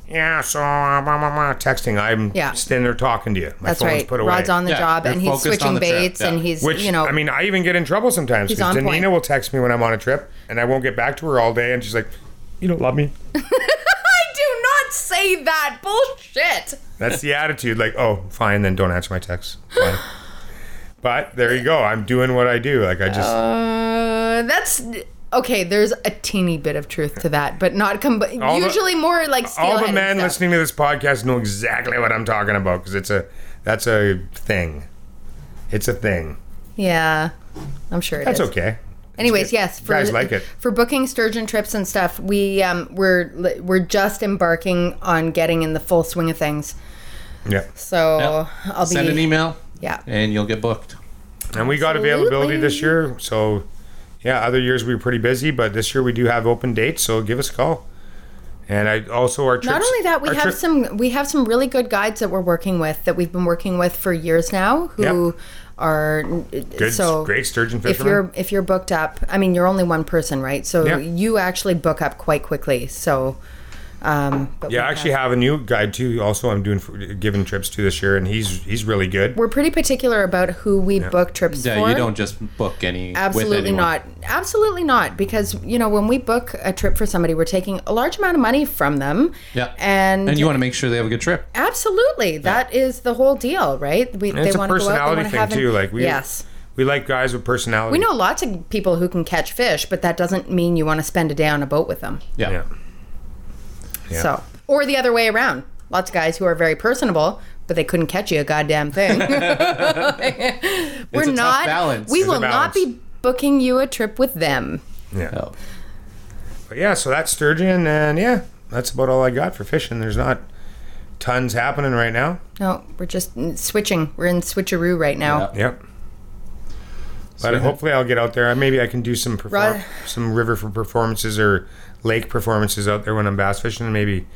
yeah, so uh, blah, blah, blah," texting. I'm Yeah. standing there talking to you. My That's phone's right. put away. Rod's on the Yeah, job, you're and he's focused on switching the trip, baits, yeah. and he's Which you know. I mean, I even get in trouble sometimes because on Danina point. will text me when I'm on a trip, and I won't get back to her all day, and she's like, "You don't love me." [LAUGHS] I do not say that bullshit. That's the attitude. Like, oh, fine, then don't answer my texts. Fine. but there you go. I'm doing what I do. Like I just Uh, that's okay. There's a teeny bit of truth to that, but not com- the- usually more like all the steelhead men Oh. stuff. listening to this podcast know exactly what I'm talking about because it's a that's a thing. It's a thing. Yeah, I'm sure it That's is. okay. Anyways, yes, for, Guys like it. for booking sturgeon trips and stuff. We um we're li- we're just embarking on getting in the full swing of things. Yeah. So Yeah. I'll be Send an email Yeah. and you'll get booked. And we got availability this year, so yeah, other years we were pretty busy, but this year we do have open dates, so give us a call. And I also our trips, Not only that, we our have trip- some we have some really good guides that we're working with that we've been working with for years now who Yep. are good, so great sturgeon if fishermen. you're if you're booked up i mean you're only one person right so Yeah. you actually book up quite quickly so um but Yeah, we I actually have a new guide too. Also, I'm doing for, giving trips to this year, and he's he's really good. we're pretty particular about who we book trips Yeah, for you don't just book any. with absolutely anyone. not absolutely not because you know when we book a trip for somebody we're taking a large amount of money from them Yeah. and, And you want to make sure they have a good trip. absolutely that is the whole deal right we, And it's a wanna go out, they personality wanna thing have an- too. Like we yes We like guys with personality. We know lots of people who can catch fish, but that doesn't mean you want to spend a day on a boat with them. Yeah. Yeah. Yeah. So, or the other way around. Lots of guys who are very personable, but they couldn't catch you a goddamn [LAUGHS] thing. We're tough not. balance. We It's a will balance. not be booking you a trip with them. Yeah. Oh. But yeah, so that's sturgeon, and yeah, that's about all I got for fishing. There's not tons happening right now. No, we're just switching. We're in switcheroo right now. Yep. But Sweet. hopefully I'll get out there. Maybe I can do some perform- Right. some river for performances or lake performances out there when I'm bass fishing, and maybe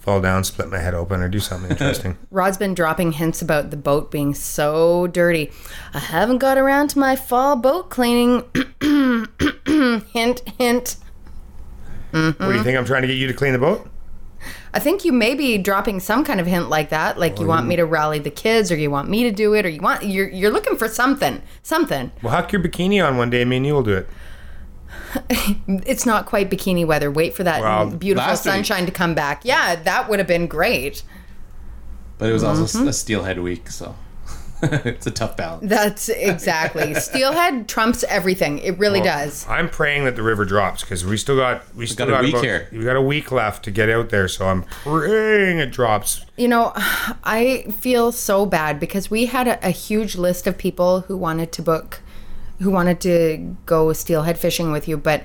fall down, split my head open, or do something [LAUGHS] interesting. Rod's been dropping hints about the boat being so dirty. I haven't got around to my fall boat cleaning. [CLEARS THROAT] hint, hint. What do you think? I'm trying to get you to clean the boat. I think you may be dropping some kind of hint like that, like you Oh. want me to rally the kids, or you want me to do it, or you want you're you're looking for something, something. Well, huck your bikini on one day. Me and you will do it. It's not quite bikini weather. Wait for that Wow. beautiful Last week. sunshine to come back. Yeah, that would have been great. But it was also Mm-hmm. s- a steelhead week, so [LAUGHS] it's a tough balance. [LAUGHS] That's exactly. Steelhead trumps everything. It really does. I'm praying that the river drops because we still got we still got a got, week about- here. We got a week left to get out there, so I'm praying it drops. You know, [SIGHS] I feel so bad because we had a, a huge list of people who wanted to book, who wanted to go steelhead fishing with you, but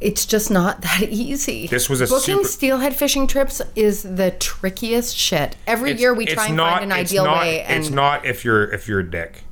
it's just not [LAUGHS] that easy. This was a booking super- steelhead fishing trips is the trickiest shit. Every It's- year we it's try and not- find an it's ideal not- way, and it's not if you're if you're a dick.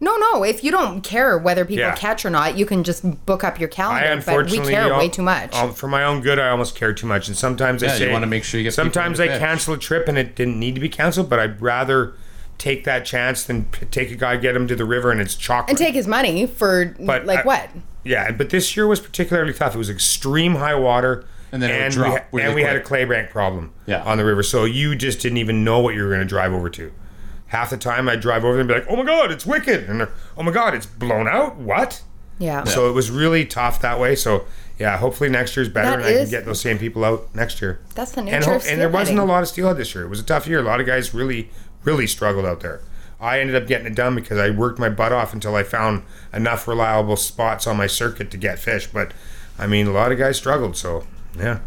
no, no. If you don't care whether people Yeah. catch or not, you can just book up your I calendar. But we unfortunately care I'll- way too much. I'll- for my own good, I almost care too much, and sometimes Yeah, I you say wanna make sure you get people Sometimes to I fish. cancel a trip and it didn't need to be canceled, but I'd rather take that chance than p- take a guy get him to the river and it's chocolate. and take his money for But like I- what? yeah, but this year was particularly tough. It was extreme high water, And then it would and drop we, ha- really and we had a quick. clay bank problem Yeah. on the river, so you just didn't even know what you were going to drive over to. Half the time, I'd drive over there and be like, "Oh my god, it's wicked!" and "Oh my god, it's blown out." What? Yeah. So it was really tough that way. So yeah, hopefully next year's better, That and I can is- get those same people out next year. That's the nature and, ho- of and there wasn't a steelheading. lot of steelhead this year. It was a tough year. A lot of guys really, really struggled out there. I ended up getting it done because I worked my butt off until I found enough reliable spots on my circuit to get fish. But I mean, a lot of guys struggled. So yeah,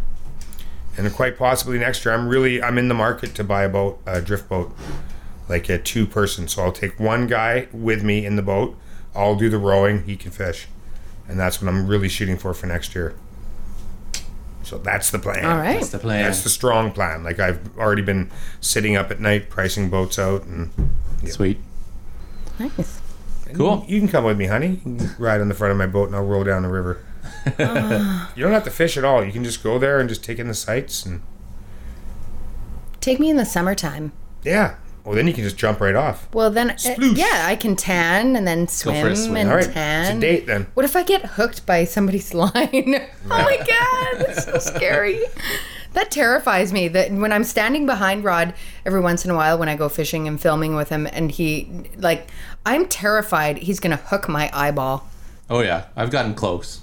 and quite possibly next year, I'm really I'm in the market to buy a boat, a drift boat like a two person. So I'll take one guy with me in the boat. I'll do the rowing. He can fish, and that's what I'm really shooting for for next year. So that's the plan. All right. That's the plan. That's the strong plan. Like I've already been sitting up at night pricing boats out, and Sweet. Nice. Cool. you can come with me, honey. You can ride on the front of my boat, and I'll roll down the [LAUGHS] river. you don't have to fish at all. You can just go there and just take in the sights, and Take me in the summertime. yeah. Well, then you can just jump right off. Well, then, uh, Sploosh. yeah, I can tan and then go for swim, a swim. and All right, tan. it's a date then. What if I get hooked by somebody's [LAUGHS] line? oh my god, that's so scary. That terrifies me. That when I'm standing behind Rod every once in a while when I go fishing and filming with him, and he like, I'm terrified he's gonna hook my eyeball. Oh yeah, I've gotten close.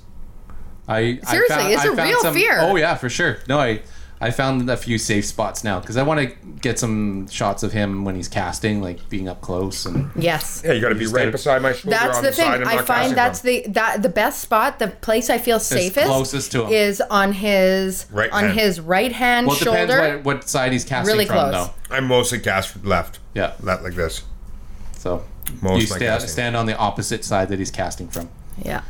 I I Seriously, found- it's I a found real some- fear. Oh yeah, for sure. No, I I found a few safe spots now because I want to get some shots of him when he's casting, like being up close and Yes. Yeah, you got to be just right gotta- beside my shoulder That's on the the, thing. side. I'm I not casting find that's from. the that the best spot, the place I feel safest, closest to him. is on his Right on hand. his right hand well, it depends shoulder. what, what side he's casting Really from close. though. I mostly cast from left. Yeah. Left like this. So Most you like sta- casting. stand on the opposite side that he's casting from. Yeah.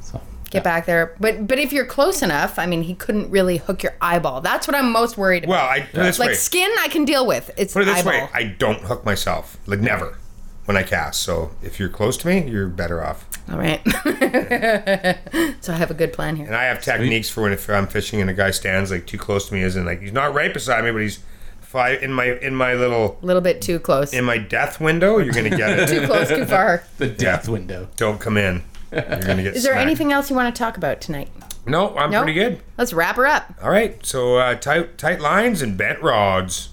So Get back there, but but if you're close enough, I mean, he couldn't really hook your eyeball. That's what I'm most worried about. Well, I put it this like way. skin, I can deal with. It's Put it this eyeball. way. I don't hook myself. Like never. When I cast. So if you're close to me, you're better off. All right. [LAUGHS] so I have a good plan here. And I have techniques for when if I'm fishing and a guy stands like too close to me, isn't like he's not right beside me, but he's five in my in my little A little bit too close. in my death window. You're gonna get [LAUGHS] too it. close, [LAUGHS] too far. the death window. don't come in. You're gonna get. Is there smacked. anything else you want to talk about tonight? No, I'm No. pretty good. Let's wrap her up. All right. So uh, tight tight lines and bent rods.